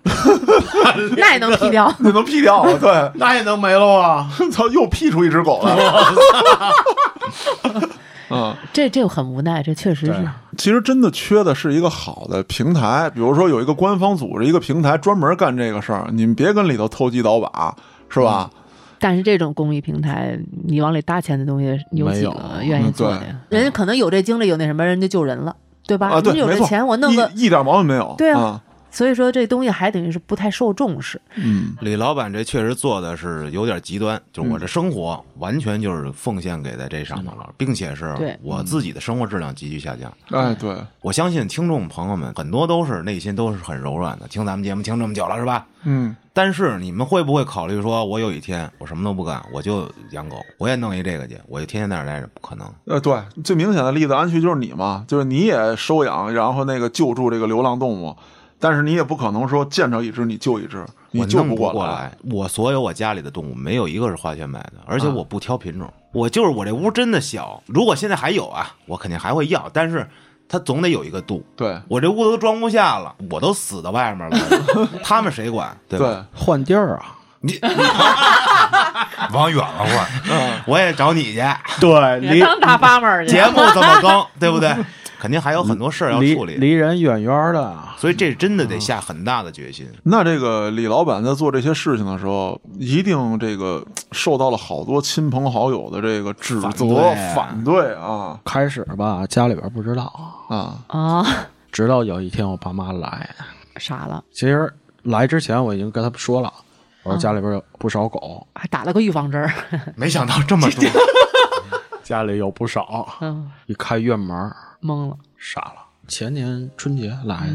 那也能 P 掉。 那能 P 掉了， 对，那也能没了啊？操，又 P 出一只狗来。嗯， 这这很无奈，这确实对是。 其实真的缺的是一个好的平台，比如说有一个官方组织一个平台专门干这个事儿，你们别跟里头偷鸡倒把，是吧？但是这种公益平台，你往里搭钱的东西，有几个没有愿意做的？呀？人家可能有这精力，有那什么，人家救人了，对吧？啊，人家对，有没这错，钱，我弄个，一一点毛病没有。对啊啊，所以说这东西还等于是不太受重视。嗯，李老板这确实做的是有点极端，就是我这嗯生活完全就是奉献给在这上头了，并且对是我自己的生活质量急剧下降。哎，对，我相信听众朋友们很多都是内心都是很柔软的，听咱们节目听这么久了是吧？嗯，但是你们会不会考虑说，我有一天我什么都不干，我就养狗，我也弄一这个去，我就天天在那儿待着，不可能。呃，对，最明显的例子，安旭就是你嘛，就是你也收养，然后那个救助这个流浪动物，但是你也不可能说见着一只你救一只，你我救弄不过过来。来。我所有我家里的动物没有一个是花钱买的，而啊且我不挑品种，我就是我这屋真的小。如果现在还有啊，我肯定还会要，但是它总得有一个度。对，我这屋都装不下了，我都死到外面 了，他们谁管？对吧？对，换地儿啊？你往远了换，我也找 你去，对，别当大八门儿去节，目怎么更，对不对？肯定还有很多事儿要离处理，离人远远的，所以这真的得下很大的决心。那这个李老板在做这些事情的时候，一定这个受到了好多亲朋好友的这个指责、反反对对啊开始吧，家里边不知道，啊！啊，直到有一天我爸妈来，傻了，其实来之前我已经跟他们说了，我说家里边有不少狗，还打了个预防针儿。没想到这么多，家里有不少， 嗯，一开院门懵了。傻了。前年春节来的，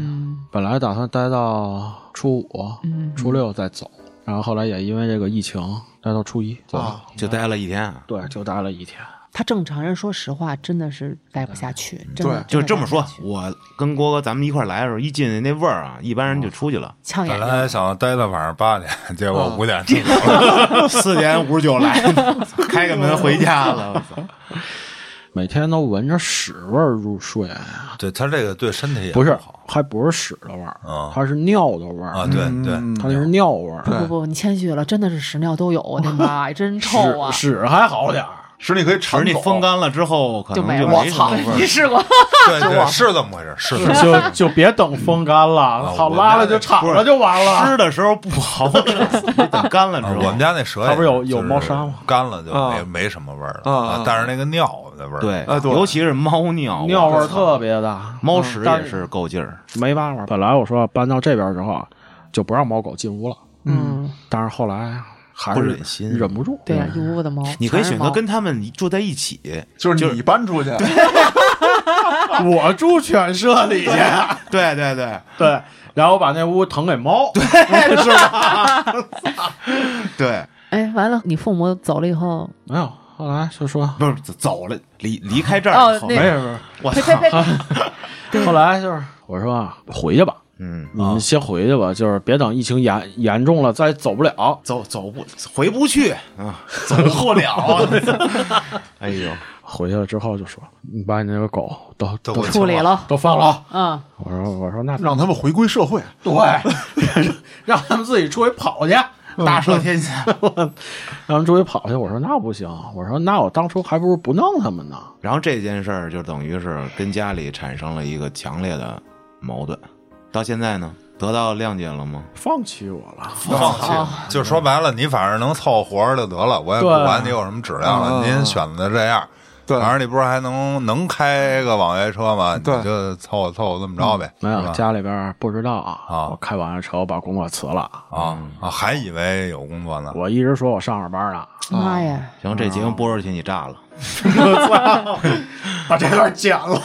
本来打算待到初五、初六再走，然后后来也因为这个疫情待到初一走了。就待了一天啊。对，就待了一天。他正常人，说实话，真的是待不下去，真的就真的这么说待不下，去。我跟郭哥咱们一块儿来的时候，一进那味儿啊，一般人就出去了呛眼本睛。来想待到晚上八点，结嗯果 五点钟了。四点五十九来， 开个门回家 了。我操每天都闻着屎味儿入睡，对他这个对身体也不是好，还不是屎的味儿啊，它是尿的味啊，儿，对对， 嗯它那是尿味儿。不不，你谦虚了，真的是屎尿都有，我的 妈呀，真臭啊！屎屎还好点儿，使你可以而馋你走风干了之后，可就能没就了。没什么味你儿。试过？对对，是这么回事，是这么回事就就别等风干了，我操，拉了就铲了就完了。吃的时候不好吃，得等干了之啊后。我们家那蛇也它不是有有就是猫砂吗干了就没啊没什么味儿了啊啊但是那个尿的味儿对啊，对尤其是猫尿，啊尿味我操儿特别大，猫屎但也是够劲儿。没办法。本来我说搬到这边之后啊，就不让猫狗进屋了，嗯，但是后来还是不忍心忍不住。对呀，啊一屋子猫，你可以全是选猫择跟他们住在一起，就是你搬出去， 我住犬舍里去，对对对对，然后把那屋腾给猫，对，是吧？ 对，哎，完了，你父母走了以后，没有，后来就说不是走了，离离开这哦儿以后那，没事我呸操呸，呸，没事。后来就是我说啊回去吧，嗯，你们先回去吧，就是别等疫情严严重了再走不了。走走不回不去啊，走不了。 哎呦，回去了之后就说你把你那个狗都都都给我处理了，都放了。啊嗯，我说我说那让他们回归社会。对， 让他们自己出去跑去。大赦天下。让他们出去跑去，我说那不行，我说那我当初还不如不弄他们呢。 然后这件事儿就等于是跟家里产生了一个强烈的矛盾，到现在呢，得到谅解了吗？放弃我了，放弃，就说白了，你反正能凑合活着就得了，我也不管对你有什么质量了，嗯您选择这样。对反正你不是还能能开个网约车吗？你对就凑合凑合这么着呗，嗯没有是吧家里边不知道啊啊我开网约车，我把工作辞了。啊啊，还以为有工作呢。我一直说啊我上着班呢，妈呀，行，这节目播出去你炸了，把这段剪了。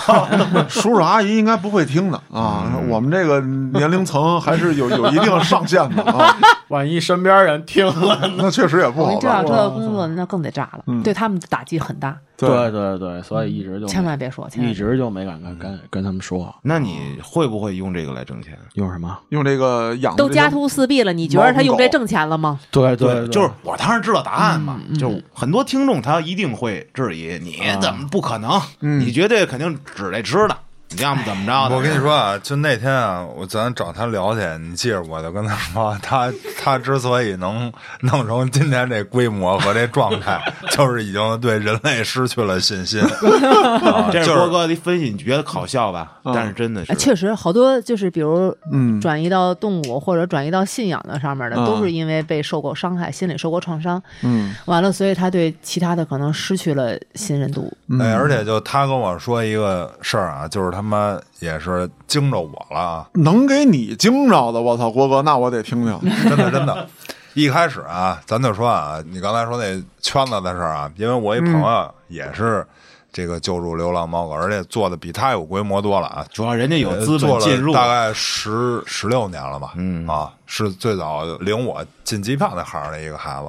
叔叔阿姨应该不会听的啊，嗯我们这个年龄层还是有有一定上限的 啊，万一身边人听了，那确实也不我好啊们这辆办。车的工作那更得炸了，嗯对他们的打击很大，对对对，所以一直就没千万别说，千万一别说直就没敢跟跟跟他们说那你会不会用这个来挣钱？用什么。用这个养的都这家些徒四壁了，你觉得他用这挣钱了吗？对就是我当然知道答案嘛，就是很多听众他一定会质疑你怎么不可能，你绝对肯定指这吃的，嗯你要么怎么着的？我跟你说啊，就那天啊，我咱找他聊去，你记着，我就跟他说，他他之所以能弄成今天这规模和这状态，就是已经对人类失去了信心。啊这就是是波哥的分析，你觉得搞笑吧？但是真的是，哎确实，好多就是比如嗯转移到动物或者转移到信仰的上面的，嗯都是因为被受过伤害，心理受过创伤，嗯完了，所以他对其他的可能失去了信任度。哎，而且就他跟我说一个事儿啊，就是他妈也是惊着我了啊，能给你惊着的，我操，郭哥，那我得听听。真的真的。一开始啊，咱就说啊，你刚才说那圈子的事儿啊，因为我一朋友也是这个救助流浪猫狗，而且做的比他有规模多了啊，主要人家有资做本了进入，大概十十六年了吧，嗯啊，是最早领我进机票那行的一个孩子，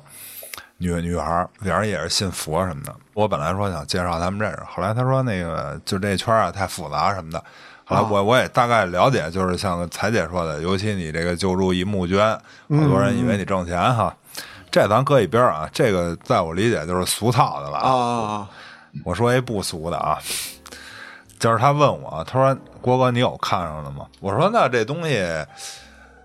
女女孩儿，俩人也是信佛什么的。我本来说想介绍他们认识，后来他说那个就这圈儿啊太复杂什么的。后来哦我我也大概了解，就是像彩姐说的，尤其你这个救助一募捐，好多人以嗯为你挣钱哈，这咱搁一边儿啊，这个在我理解就是俗套的了啊，我说一不俗的啊，就是他问我，他说郭哥你有看上的吗？我说那这东西，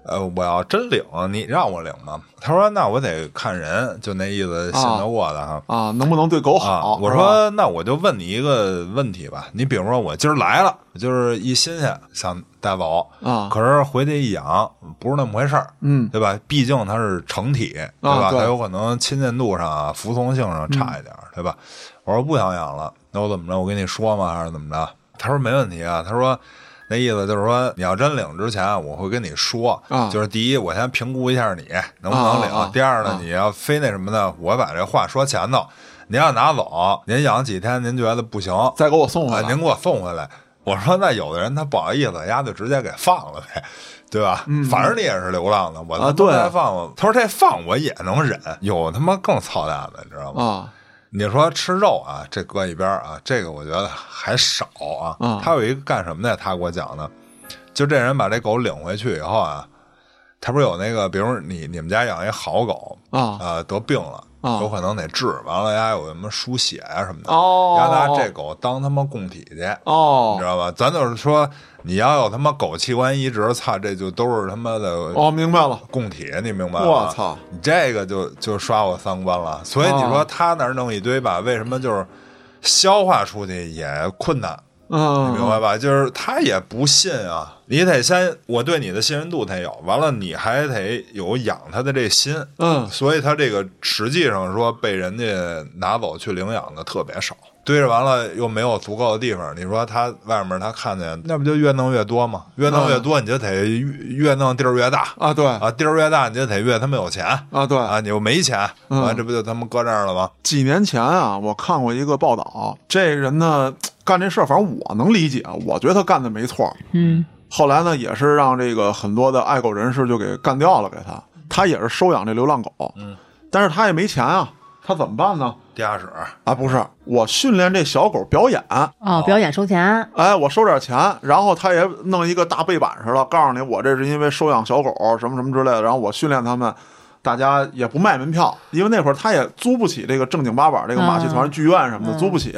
呃，我要真领，你让我领吗？他说那我得看人，就那意思信得过的哈。啊，能不能对狗啊，好？我是吧说那我就问你一个问题吧，你比如说我今儿来了，就是一新鲜想带走，啊，可是回去一养不是那么回事儿，嗯啊对吧？毕竟它是成体，对吧？对嗯它有可能亲近度上啊、服从性上差一点儿，对吧？我说不想养了，那我怎么着？我跟你说吗？还是怎么着？他说没问题啊，他说。那意思就是说，你要真领之前，我会跟你说，啊就是第一，我先评估一下你能不啊能领；啊啊第二呢，啊你要非那什么呢，我把这话说前头。您要拿走，您养几天，您觉得不行，再给我送回啊，来。您给我送回来。我说那有的人他不好意思，丫就直接给放了呗，对吧？反正你也是流浪的，我嗯他啊妈对该放我。他说这放我也能忍，有他妈更操蛋的，你知道吗？啊你说吃肉啊，这搁一边儿啊，这个我觉得还少啊。啊他有一个干什么的呀？他给我讲的，就这人把这狗领回去以后啊，他不是有那个，比如你你们家养一好狗啊呃，得病了。啊有可能得治，完了丫有什么输血呀、什么的，哦丫拿这狗当他妈供体去，你知哦道吧？咱就是说，你要有他妈狗器官移植，操，这就都是他妈的哦，明白了。供体，你明白吗？我操，嗯你这个就就刷我三观了。所以你说他那儿弄一堆吧，为什么就是消化出去也困难？嗯，你明白吧？就是他也不信啊，你得先我对你的信任度得有，完了你还得有养他的这心， 嗯所以他这个实际上说被人家拿走去领养的特别少，堆着完了又没有足够的地方，你说他外面他看见嗯那不就越弄越多吗？越弄越多你就得越越弄地儿越大啊，对啊啊，地儿越大你就得越他妈有钱对啊，你又没钱，嗯啊，这不就他妈搁这儿了吗？几年前啊，我看过一个报道，这人呢干这事儿，反正我能理解，我觉得他干的没错。嗯，后来呢，也是让这个很多的爱狗人士就给干掉了，给他，他也是收养这流浪狗，嗯，但是他也没钱啊，他怎么办呢？地下室啊，不是，我训练这小狗表演，哦，表演收钱，哎，我收点钱，然后他也弄一个大背板似的，告诉你我这是因为收养小狗什么什么之类的，然后我训练他们，大家也不卖门票，因为那会儿他也租不起这个正经八板这个马戏嗯团、剧院什么的，租不起，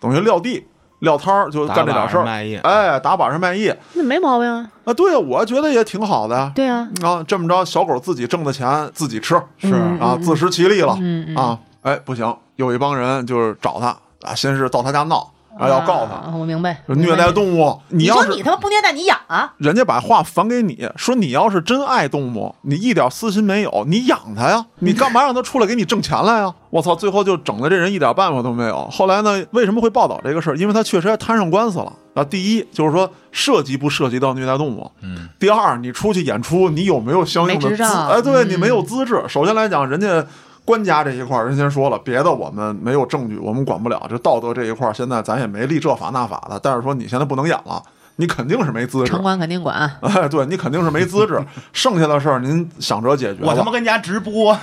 等于撂地撂摊儿就干这点事打把式卖艺儿，哎，打把式卖艺那没毛病啊。啊，对啊，我觉得也挺好的呀。对啊，啊，这么着，小狗自己挣的钱自己吃，是嗯啊，自食其力了嗯嗯啊。哎，不行，有一帮人就是找他啊，先是到他家闹，然后要告他，啊，我明白。说虐待物，动物，你你要说是你他妈不虐待你养啊？人家把话反给你，说你要是真爱动物，你一点私心没有，你养它呀，你干嘛让它出来给你挣钱来呀？嗯 我操！最后就整的这人一点办法都没有。后来呢，为什么会报道这个事儿？因为他确实还摊上官司了。啊，第一就是说涉及不涉及到虐待动物，嗯。第二，你出去演出，你有没有相应的没资？执照哎，对嗯你没有资质。首先来讲，人家官家这一块儿，人先说了，别的我们没有证据，我们管不了。这道德这一块儿，现在咱也没立这法那法的。但是说你现在不能养了，你肯定是没资质城。管肯啊定管， 哎，对你肯定是没资质，剩下的事儿您想着解决我他妈吧。跟家直 播，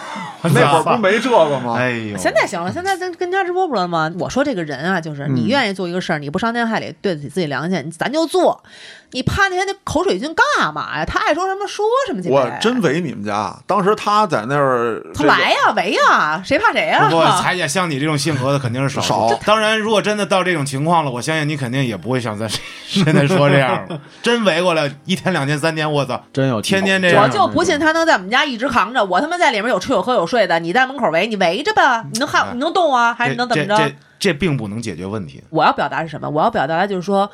那会儿不没这个吗？ 哎呦，现在行了，现在跟跟家直播不了吗？我说这个人啊，就是嗯你愿意做一个事儿，你不伤天害理，对得起自己良心，咱就做。你怕那些那口水军干嘛呀？他爱说什么说什么去呗。我真为你们家，当时他在那儿，他来呀，围呀，谁怕谁呀？不过彩姐像你这种性格的肯定是少数。少当然，如果真的到这种情况了，我相信你肯定也不会像咱 现在说这样了。真围过来一天、两天、三天，我操，真有天天这我样。嗯就不信他能在我们家一直扛着，我他妈在里面有吃有喝有睡的，你在门口围，你围着吧，你能哎喊，你能动啊，还是你能怎么这着这？这并不能解决问题。我要表达是什么？我要表达的就是说，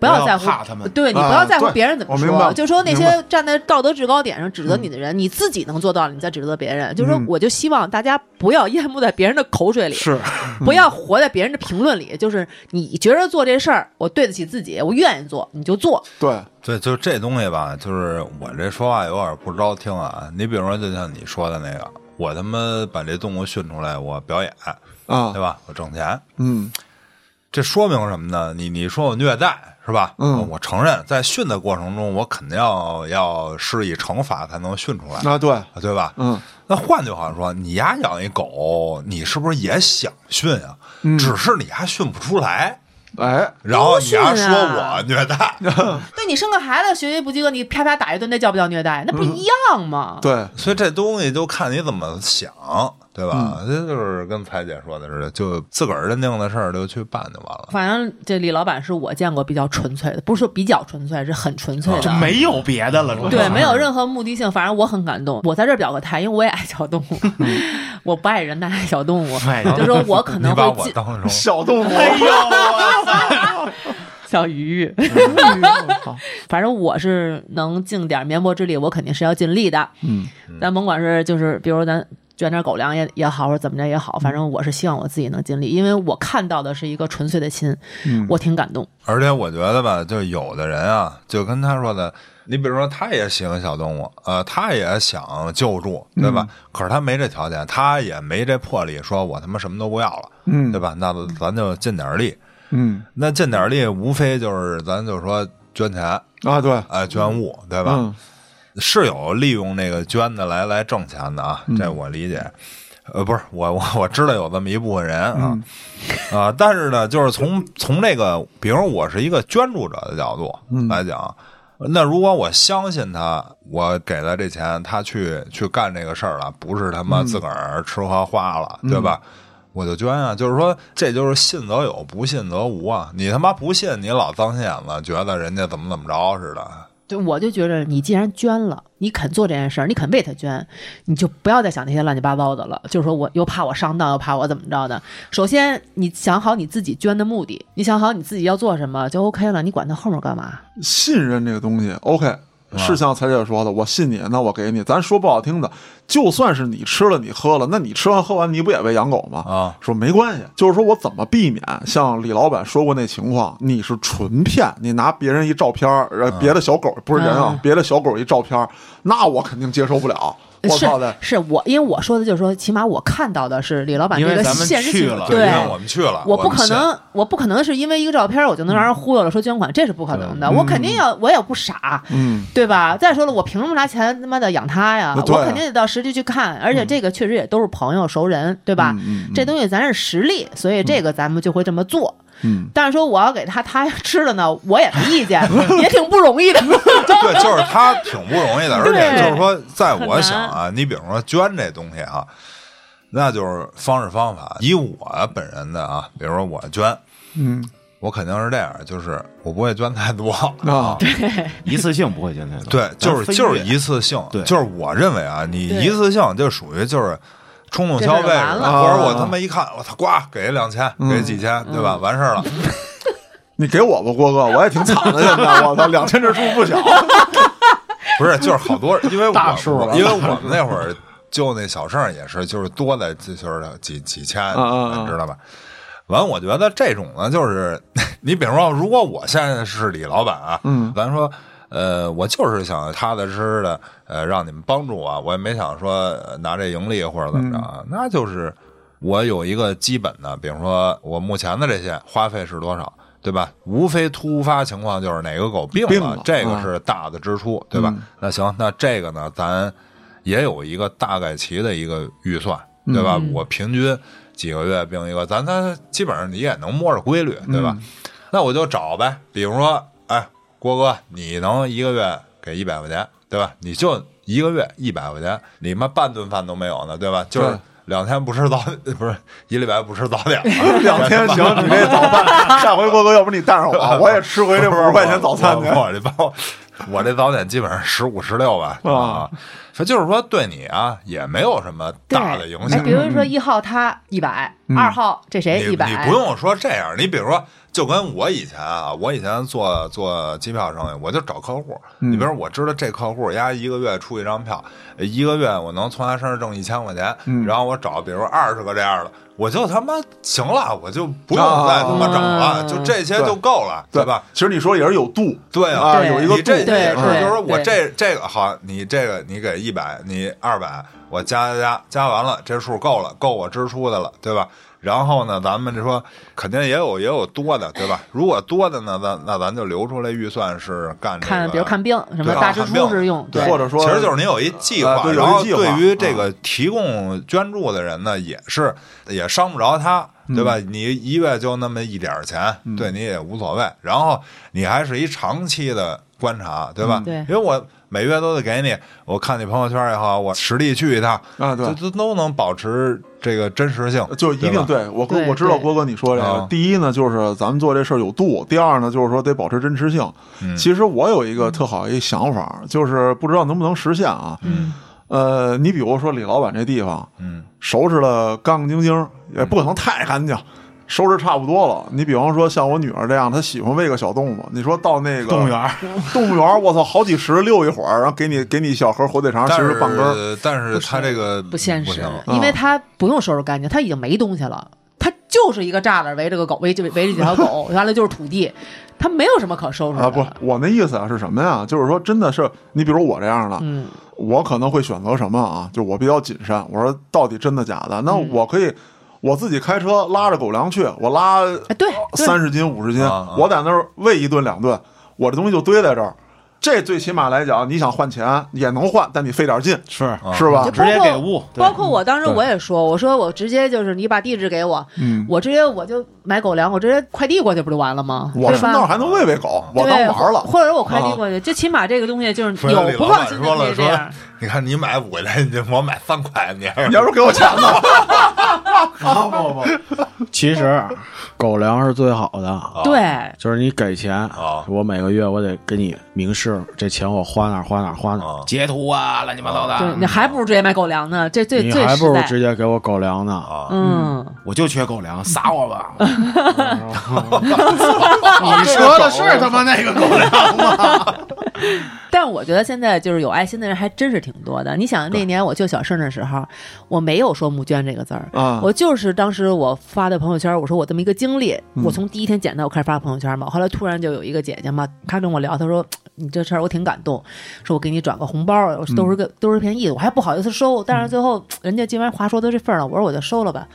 不要要在乎怕他们对你不啊要在乎对别人怎么我明白说，就说那明白些站在道德制高点上指责你的人，你自己能做到，你再指责别人。就是说嗯，我就希望大家不要淹没在别人的口水里，是不要活在别人的评论里。就是你觉得做这事儿，我对得起自己，我愿意做，你就做。对，对，就这东西吧，就是我这说话有点不招听啊。你比如说，就像你说的那个，我他妈把这动物训出来，我表演，啊对，吧？我挣钱，嗯，这说明什么呢？你你说我虐待是吧？哦嗯我承认，在训的过程中，我肯定要要施以惩罚才能训出来，那啊对，对吧？嗯，那换句话说，你丫养一狗，你是不是也想训啊？嗯只是你丫训不出来，哎，然后你丫都训说啊我虐 待，对你生个孩子学习不及格，你啪啪打一顿，那叫不叫虐待？那不嗯是一样吗？对，所以这东西就看你怎么想，对吧？嗯这就是跟彩姐说的似的，就自个儿认定的事儿就去办就完了。反正这李老板是我见过比较纯粹的，不是说比较纯粹，是很纯粹的。没有啊别的了，是吧对，没有任何目的性，反正我很感动。我在这儿表个态，因为我也爱小动物，我不爱人，但爱小动物。哎就说我可 你能把会我进当 成小动物，哎呦，我操小鱼鱼，哦反正我是能尽点绵薄之力，我肯定是要尽力的。嗯，咱甭管是就是，比如咱捐点狗粮也也好，或者怎么着也好，反正我是希望我自己能尽力，因为我看到的是一个纯粹的心，嗯我挺感动。而且我觉得吧，就有的人啊，就跟他说的，你比如说他也喜欢小动物，呃，他也想救助，对吧？嗯可是他没这条件，他也没这魄力，说我他妈什么都不要了，嗯对吧？那咱就尽点力，嗯那尽点力无非就是咱就说捐钱，啊，对，呃，捐物，对吧？嗯是有利用这个捐的来来挣钱的啊，这我理解。呃，不是我我我知道有这么一部分人啊、啊，但是呢，就是从从这个，比如我是一个捐助者的角度来讲，那如果我相信他，我给他这钱，他去去干这个事儿了，不是他妈自个儿吃喝花了，对吧？我就捐啊，就是说，这就是信则有，不信则无啊。你他妈不信，你老脏心眼子，觉得人家怎么怎么着似的，对，我就觉着你既然捐了，你肯做这件事儿，你肯为他捐，你就不要再想那些乱七八糟的了。就是说我又怕我上当，又怕我怎么着的。首先，你想好你自己捐的目的，你想好你自己要做什么就 OK 了，你管他后面干嘛？信任这个东西，OK，是像彩姐说的，我信你，那我给你。咱说不好听的，就算是你吃了，你喝了，那你吃完喝完，你不也喂养狗吗？啊说没关系，就是说我怎么避免像李老板说过那情况，你是纯骗，你拿别人一照片儿，呃，别的小狗不是人啊，别的小狗一照片儿，那我肯定接受不了。我是操的，是我，因为我说的就是说，起码我看到的是李老板因这为个咱们现实去情了况，对因为我们去了，我不们可信能，我不可能是因为一个照片我就能让人忽悠了说捐款，这是不可能嗯的。我肯定要，我也不傻，嗯，对吧？再说了，我凭什么拿钱他妈的养它呀？那对啊我肯定得到实地去看，而且这个确实也都是朋友、熟人，对吧？嗯嗯这东西咱是实力，所以这个咱们就会这么做。嗯，但是说我要给他他吃了呢，我也没意见，也挺不容 易的。对，就是他挺不 容易的，而且对就是说，在我想啊，你比如说捐这东西啊，那就是方式方法。以我本人的啊，比如说我捐，嗯，我肯定是这样，就是我不会捐太多啊。一次性不会见太多，对，就咱是飞跃就是一次性，对就是我认为啊，你对一次性就属于就是冲动消费似这事儿的，就完了啊或者我他妈一看，我操，呱，给两千，嗯给几千，对嗯吧？完事儿了。你给我吧，郭哥，我也挺惨的，现在我操，两千这数不小。 不是，就是好多，因为我大啊数了因为我们那会儿就那小胜也是，就是多的就是几几千，啊啊啊你知道吧？完，我 觉得这种呢，就是你比如说，如果我现在是李老板啊，嗯咱说呃，我就是想踏踏实实的，呃，让你们帮助我，我也没想说呃拿这盈利或者怎么着啊，嗯那就是我有一个基本的，比如说我目前的这些花费是多少，对吧？无非突发情况就是哪个狗病了，病了这个啊嗯是大的支出，对吧？那行，那这个呢，咱也有一个大概齐的一个预算，嗯对吧？我平均几个月病一个，咱咱基本上你也能摸着规律，嗯对吧？那我就找呗，比如说，哎，郭哥，你能一个月给一百块钱，对吧？你就一个月一百块钱，你妈半顿饭都没有呢，对吧？就是对两天不吃早， 不是一礼拜不吃早点， 两天行， 你这早饭，下回郭哥，要不你带上我，我也吃回这五十块钱早餐去。我我这包，我这早点基本上十五十六吧啊啊，所以就是说对你啊也没有什么对大的影哎，响。比如说一号他一百、二号这谁你一百，你不用说这样，你比如说，就跟我以前啊，我以前做做机票生意，我就找客户。你比如我知道这客户，丫一个月出一张票，呃一个月我能从他身上挣一千块钱，然后我找比如二十个这样的，我就他妈行了，我就不用再他妈整了，啊就这些就够了，对吧？？其实你说也是有度，对啊，啊，对有一个啊你这度你也是，对就是说我对这这个好，你这个你给一百，你二百，我加加加加完了，这数够了，够我支出的了，对吧？然后呢，咱们就说肯定也有也有多的，对吧？如果多的呢，咱那咱就留出来预算是干这个，看比如看病什么对大支出是用，对或者说其实就是您有一计呃划，对有一然后计划嗯对于这个提供捐助的人呢，也是也伤不着他，对嗯吧？你一月就那么一点儿钱，对你也无所谓。然后你还是一长期的观察，对嗯吧？对因为我每月都得给你，我看你朋友圈也好，我实地去一趟，啊，对这，这都能保持这个真实性，就一定吧对我对我知道对郭哥你说这个啊，第一呢就是咱们做这事儿有度，第二呢就是说得保持真实性。嗯其实我有一个特好一想法，就是不知道能不能实现啊。嗯，呃，你比如说李老板这地方嗯收拾的干干净净，也不可能太干净。收拾差不多了，你比方说像我女儿这样，她喜欢喂个小动物，你说到那个动物园儿，动物园儿，我操，好几十遛一会儿，然后给你给你小盒火腿肠，其但实半根儿，是但是他这个不不现实行，因啊为他不用收拾干净，他已经没东西了，他就是一个栅栏围着个狗，围着围着几条 狗，完了就是土地，他没有什么可收拾的哎啊，不，我那意思啊是什么呀？就是说，真的是你，比如我这样的，嗯我可能会选择什么啊？就我比较谨慎，我说到底真的假的？嗯那我可以、我自己开车拉着狗粮去，我拉哎对对哦三十斤五十斤，啊啊我在那儿喂一顿两顿，我这东西就堆在这儿。这最起码来讲，你想换钱也能换，但你费点劲，是啊是吧就？直接包括给物对包括我当时对我也说，我说我直接就是你把地址给我，嗯，我直接我就买狗粮，我直接快递过去不就完了吗？我对上那儿吧？还能喂喂狗，我当对啊玩了。啊或者我快递过去，最起码这个东西就是有不放心的说可了以这说样。，你看你买五块钱，你就我买三块，你还是你要是给我钱呢？ 不不不，其实狗粮是最好的，对，就是你给钱啊我每个月我得给你明示这钱我花哪儿花哪儿花嗯哪儿，啊截图啊，乱七八糟对的。你还不如直接买狗粮呢，这最你最还不实如在。直接给我狗粮呢。啊嗯，我就缺狗粮，撒我吧！啊你说的是他妈那个狗粮，但我觉得现在就是有爱心的人还真是挺多的。你想那年我救小盛的时候，我没有说募捐这个字儿，啊我就是当时我发的朋友圈，我说我这么一个经历，嗯我从第一天捡到我开始发朋友圈嘛，后来突然就有一个姐姐嘛，她跟我聊，她说你这事儿我挺感动，说我给你转个红包，我说都嗯是个、都是便宜，我还不好意思收，但是最后人家既然话说到这份儿了，我说我就收了吧。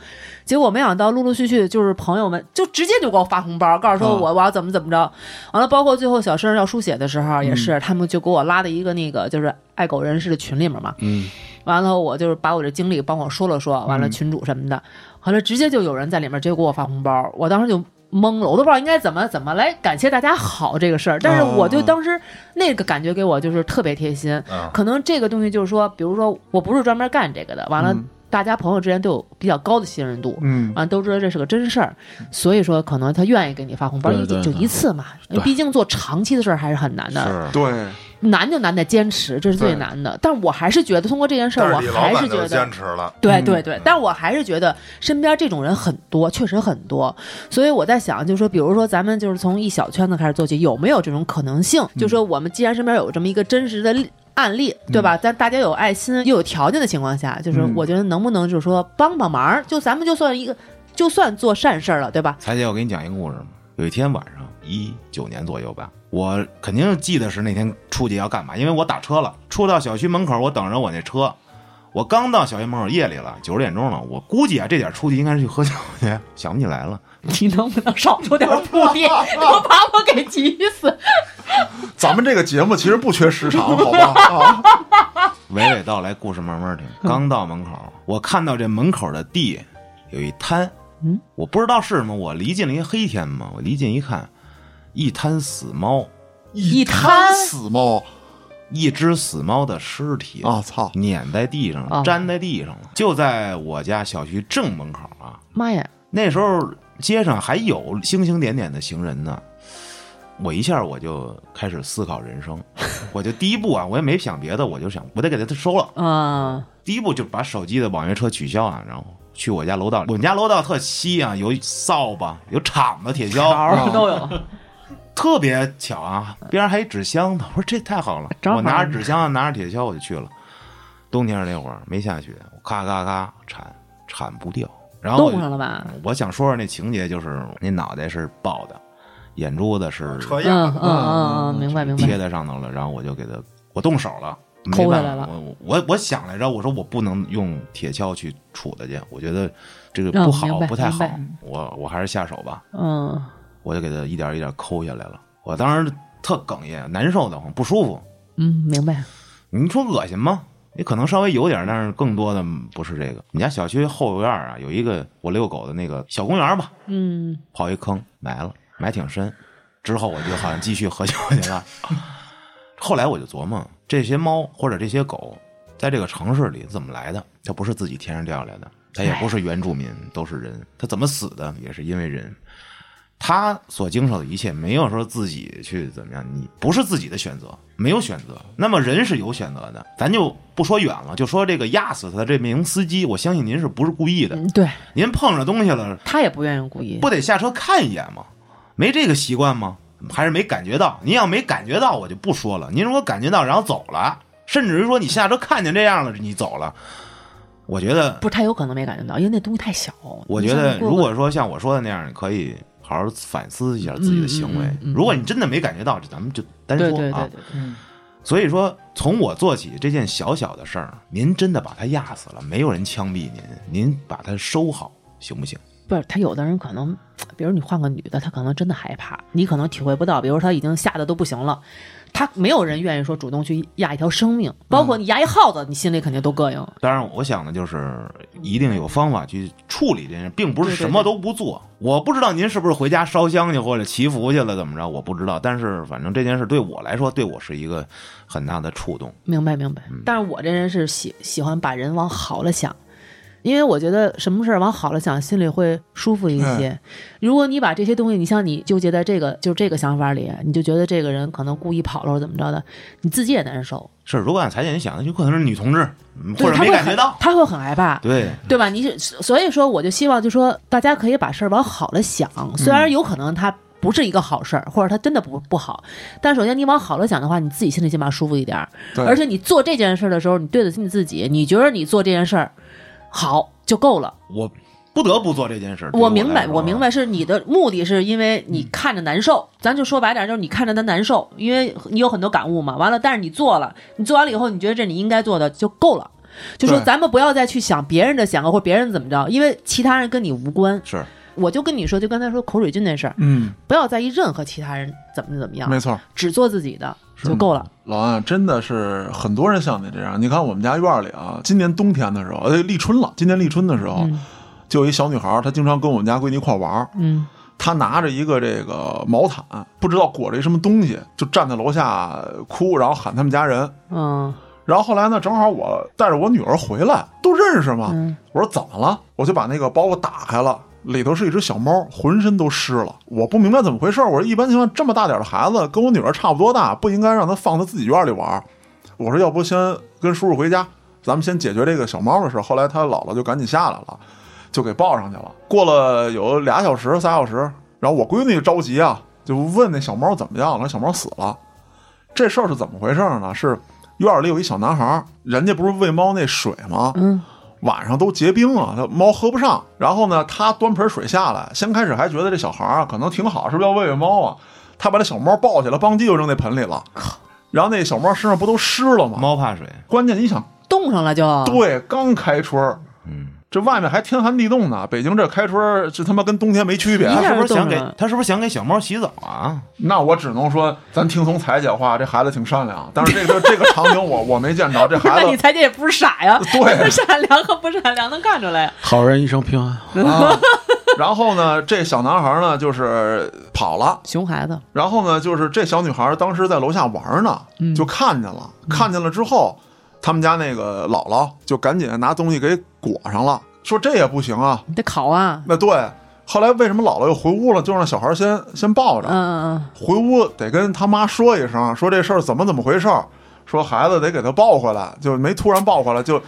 结果没想到陆陆续续就是朋友们就直接就给我发红包，告诉啊说我我要怎么怎么着，完了包括最后小生要书写的时候也是，他们就给我拉到一个那个就是爱狗人士的群里面嘛，嗯，完了我就是把我这经历帮我说了说，完了群主什么的，完了直接就有人在里面直接给我发红包，我当时就。懵了，我都不知道应该怎么怎么来感谢大家好这个事儿，但是我就当时那个感觉给我就是特别贴心，啊可能这个东西就是说，比如说我不是专门干这个的，完了、大家朋友之间都有比较高的信任度，嗯，完了啊都知道这是个真事儿，所以说可能他愿意给你发红包，对因为就对就对一次嘛，对毕竟做长期的事儿还是很难的，是，对，难就难在坚持，这是最对难的。但我还是觉得通过这件事但儿，是我李老还板是就觉坚得。持了，对对对，但我还是觉得身边这种人很多，确实很多，所以我在想，就是说，比如说咱们就是从一小圈子开始做起，有没有这种可能性？就说我们既然身边有这么一个真实的例案例，对吧？但大家有爱心又有条件的情况下，就是嗯我觉得能不能就是说帮帮忙？就咱们就算一个，就算做善事儿了，对吧？ 彩姐，我给你讲一个故事吧。有一天晚上，一九年左右吧，我肯定是记得是那天出去要干嘛，因为我打车了，出到小区门口，我等着我那车。我刚到小区门口，夜里了，九十点钟了，我估计啊，这点出去应该是去喝酒去，想不起来了。你能不能少出点铺垫？我把我给急死！咱们这个节目其实不缺时 长，好吧？啊，娓娓道来，故事慢慢听。嗯 刚到门口，我看到这门口的地有一滩，嗯，我不知道是什么，我离近了一黑天嘛，我离近一看，一滩死猫，一滩死猫一只死猫的尸体哦啊！操！碾在地上了，哦粘在地上了，就在我家小区正门口啊。妈呀，那时候街上还有星星点点的行人呢，我一下我就开始思考人 生，我就第一步啊，我也没想别的，我就想我得给他收了。嗯，第一步就把手机的网约车取消啊，然后去我家楼道。我们家楼道特稀啊，有扫把，有铲子、铁毛锹，啊儿都有，特别巧啊。边上还有纸箱呢，我说这太好了，正好我拿着纸箱，拿着铁锹我就去了。冬天那会儿没下雪，我咔咔咔铲铲不掉，然后我冻上了吧？我想说说那情节，就是那脑袋是爆的，眼珠子是车嗯嗯样，嗯嗯，明白明贴白。在上头了，然后我就给他，我动手了，没抠下办法来了我我我想来着，我说我不能用铁锹去杵它去，我觉得这个嗯不好，明白不太好明白，我我还是下手吧。嗯，我就给他一点一点抠下来了，我当时特哽咽，难受的慌，不舒服。嗯，明白。你说恶心吗？也可能稍微有点，但是更多的不是这个。我们家小区后院啊，有一个我遛狗的那个小公园吧，嗯，刨一坑埋了，埋挺深。之后我就好像继续喝酒去了。 后来我就琢磨，这些猫或者这些狗，在这个城市里怎么来的？它不是自己天上掉下来的，它也不是原住民，都是人。它怎么死的？也是因为人。它所经受的一切，没有说自己去怎么样，你不是自己的选择，没有选择。那么人是有选择的，咱就不说远了，就说这个压死他的这名司机，我相信您是不是故意的？嗯对您碰着东西了，他也不愿意故意。不得下车看一眼吗？没这个习惯吗？还是没感觉到？您要没感觉到，我就不说了。您如果感觉到，然后走了，甚至于说你下车看见这样了，你走了，我觉得，不是他有可能没感觉到，因为那东西太小。我你觉像得，过如个果说像我说的那样，你可以好好反思一下自己的行为。嗯嗯嗯嗯如果你真的没感觉到，咱们就单说对对啊。对对，所以说，从我做起这件小小的事儿，您真的把他压死了，没有人枪毙您，您把他收好，行不行？不是他有的人可能，比如你换个女的，他可能真的害怕，你可能体会不到。比如他已经吓得都不行了，他没有人愿意说主动去压一条生命，包嗯括你压一耗子，你心里肯定都膈应。当然，我想的就是一定有方法去处理这件事，并不是什么都不做。我不知道您是不是回家烧香去或者祈福去了，怎么着？我不知道。但是反正这件事对我来说，对我是一个很大的触动。明白明白。嗯但是我这人是喜喜欢把人往好了想，因为我觉得什么事儿往好了想，心里会舒服一些。哎如果你把这些东西，你像你纠结在这个就这个想法里，你就觉得这个人可能故意跑了或者怎么着的，你自己也难受，是，如果按财姐你想的，有可能是女同志，嗯对或者他没会感觉很 到。他会很害怕。对，对吧？你是所以说，我就希望就说大家可以把事儿往好了想，虽然有可能它不是一个好事儿，或者它真的不不好，但首先你往好了想的话，你自己心里起码舒服一点儿。对而且你做这件事儿的时候，你对得起你自己，你觉得你做这件事儿好就够了。我不得不做这件事。对我来明白，啊说啊我明白，。是你的目的是因为你看着难嗯受，咱就说白点，就是你看着他难受，因为你有很多感悟嘛。完了，但是你做了，你做完了以后，你觉得这你应该做的就够了。就说对咱们不要再去想别人的想法或别人怎么着，因为其他人跟你无关。是我就跟你说，就刚才说口水菌那事儿，嗯，不要在意任何其他人怎么怎么样没，错。只做自己的就够了。老安真的是很多人像你这样，你看我们家院儿里啊，今年冬天的时候，呃，立春了，今年立春的时候，就有一小女孩儿，她经常跟我们家闺女一块儿玩儿，嗯，她拿着一个这个毛毯，不知道裹着一什么东西，就站在楼下哭，然后喊他们家人。嗯，然后后来呢，正好我带着我女儿回来，都认识嘛，我说怎么了？我就把那个包裹打开了。里头是一只小猫，浑身都湿了。我不明白怎么回事儿。我说一般情况这么大点儿的孩子，跟我女儿差不多大，不应该让她放她自己院里玩儿。我说要不先跟叔叔回家，咱们先解决这个小猫的事儿。后来他姥姥就赶紧下来了，就给抱上去了。过了有俩小时、仨小时，然后我闺女着急啊，就问那小猫怎么样了，小猫死了。这事儿是怎么回事呢？是院儿里有一小男孩儿，人家不是喂猫那水吗？嗯，晚上都结冰了，他猫喝不上。然后呢，他端盆水下来，先开始还觉得这小孩儿啊可能挺好，是不是要喂喂猫啊？他把那小猫抱起来，邦叽就扔那盆里了。然后那小猫身上不都湿了吗？猫怕水，关键你想，冻上了就。对，刚开春儿嗯，这外面还天寒地冻呢，北京这开春儿这他妈跟冬天没区别。他下是不就是啊想冻给上了他是不是想给小猫洗澡啊？那我只能说，咱听从彩姐话，这孩子挺善良。但是这个这个场景我我没见着，这 那孩你子才姐也 不是傻呀，对善良和不善良能看出来呀。好人一生平安。啊。然后呢，这小男孩呢就是跑了，熊孩子，然后呢，就是这小女孩当时在楼下玩呢，嗯就看见了，看见了之后，他们家那个姥姥就赶紧拿东西给裹上了，说这也不行啊。你得烤啊。那对，后来为什么姥姥又回屋了？就让小孩先先抱着，嗯嗯回屋得跟他妈说一声，说这事儿怎么怎么回事儿，说孩子得给他抱回来，就没突然抱回来，就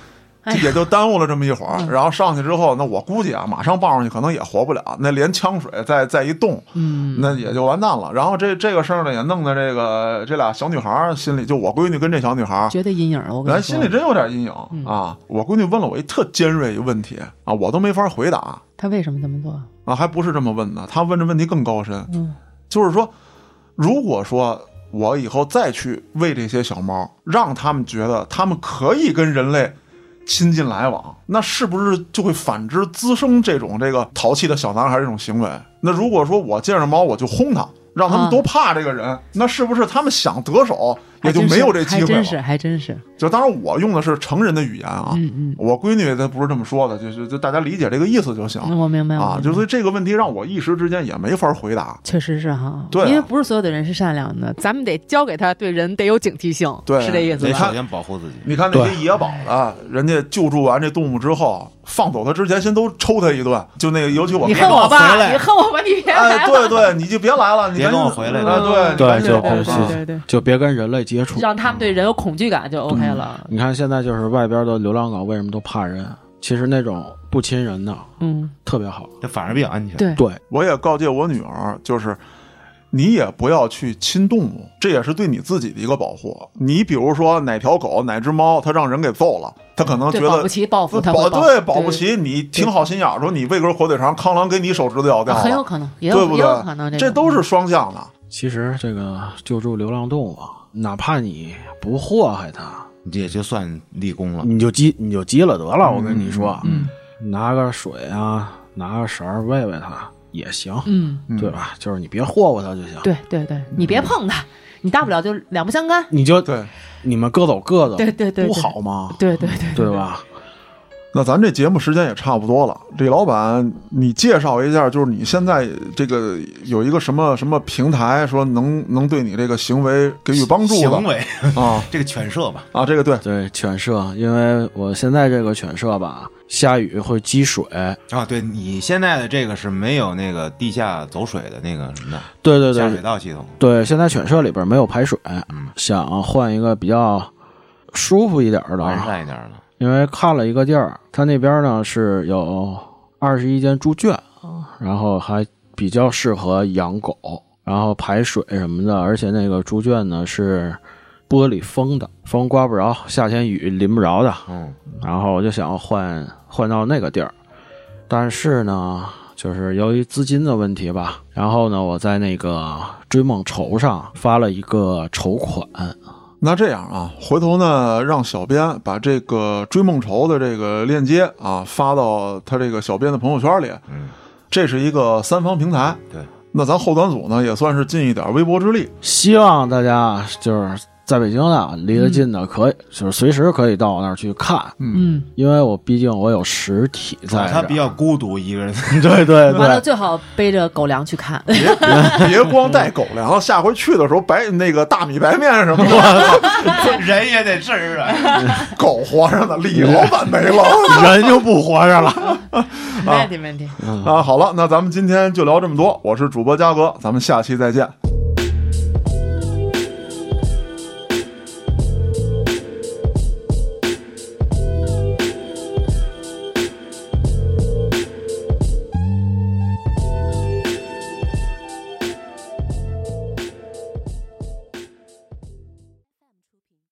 哎呀嗯也就耽误了这么一会儿。然后上去之后，那我估计啊，马上抱上去可能也活不了，那连呛水再再一冻，嗯那也就完蛋了。然后这这个事儿呢，也弄得这个这俩小女孩儿心里，就我闺女跟这小女孩儿嗯，，绝对阴影了。我跟咱你心里说，真有点阴影嗯啊。我闺女问了我一特尖锐一问题啊，我都没法回答。他为什么这么做？啊，还不是这么问的，他问这问题更高深，嗯就是说，如果说我以后再去喂这些小猫，让他们觉得他们可以跟人类亲近来往，那是不是就会反之滋生这种这个淘气的小男孩这种行为？那如果说我见着猫我就轰它，让他们啊都怕这个人，那是不是他们想得手也就还真是没有这机还会了真？是，还真是。就当然我用的是成人的语言啊，嗯嗯我闺女她不是这么说的，就就就大家理解这个意思就行。嗯，我明白我啊，明白就所以这个问题让我一时之间也没法回答。确实是哈，对啊因为不是所有的人是善良的，咱们得教给他对人得有警惕性，对是这意思得你看吧？首先保护自己。你看那些野保的，人家救助完这动物之后，放走它之前先都抽它一顿，就那个，尤其我你看恨到我回吧，来你恨我吧，你别来哎，对了，对，你就别来了，你别赶紧跟我回来哎对你赶对紧就走别啊是对对，就别跟人类接触。让他们对人有恐惧感就 OK 了。你看现在就是外边的流浪狗为什么都怕人？其实那种不亲人的嗯，特别好。这反而比较安全。对对，我也告诫我女儿，就是你也不要去亲动物，这也是对你自己的一个保护。你比如说哪条狗、哪只猫，它让人给揍了，它可能觉得对，保不齐报复他保会对保保不齐你挺好心眼儿，说你喂根火腿肠，扛啷给你手指头咬掉啊了，很有可能，也对有不也有可能对？种，这都是双向的。其实这个救助流浪动物啊，哪怕你不祸害它，你这也就算立功了。你就积你就积了得了。我跟你说，嗯拿个水啊，拿个绳儿喂喂它也行，嗯，对吧？就是你别霍霍它就行。对对对，你别碰他，你大不了就两不相干。嗯你就对，你们各走各的，对对对对不好吗？对对对，对吧？那咱这节目时间也差不多了，李老板，你介绍一下，就是你现在这个有一个什么什么平台，说能能对你这个行为给予帮助行的为啊 这个犬舍吧，啊，这个对，对犬舍，因为我现在这个犬舍吧，下雨会积水。啊，对你现在的这个是没有那个地下走水的那个什么的对对下水对啊道系统，对，现在犬舍里边没有排水，想换一个比较舒服一点儿的完啊，善一点了。因为看了一个地儿，它那边呢是有二十一间猪圈，然后还比较适合养狗，然后排水什么的，而且那个猪圈呢是玻璃封的，风刮不着，夏天雨淋不着的，嗯，然后我就想换换到那个地儿，但是呢，就是由于资金的问题吧，然后呢，我在那个追梦筹上发了一个筹款，那这样啊，回头呢让小编把这个追梦筹的这个链接啊发到他这个小编的朋友圈里，嗯，这是一个三方平台，对，那咱后端组呢也算是尽一点微薄之力，希望大家就是在北京的离得近的可以，就是随时可以到我那儿去看，嗯，因为我毕竟我有实体在这儿，哦他比较孤独一个人， 对对完了对。最好背着狗粮去看，别别别光带狗粮，下回去的时候白那个大米白面什么的。 人也得吃啊。狗活着呢，李老板没了 人就不活着了，没问题没问题。啊！好了，那咱们今天就聊这么多。我是主播嘉哥，咱们下期再见。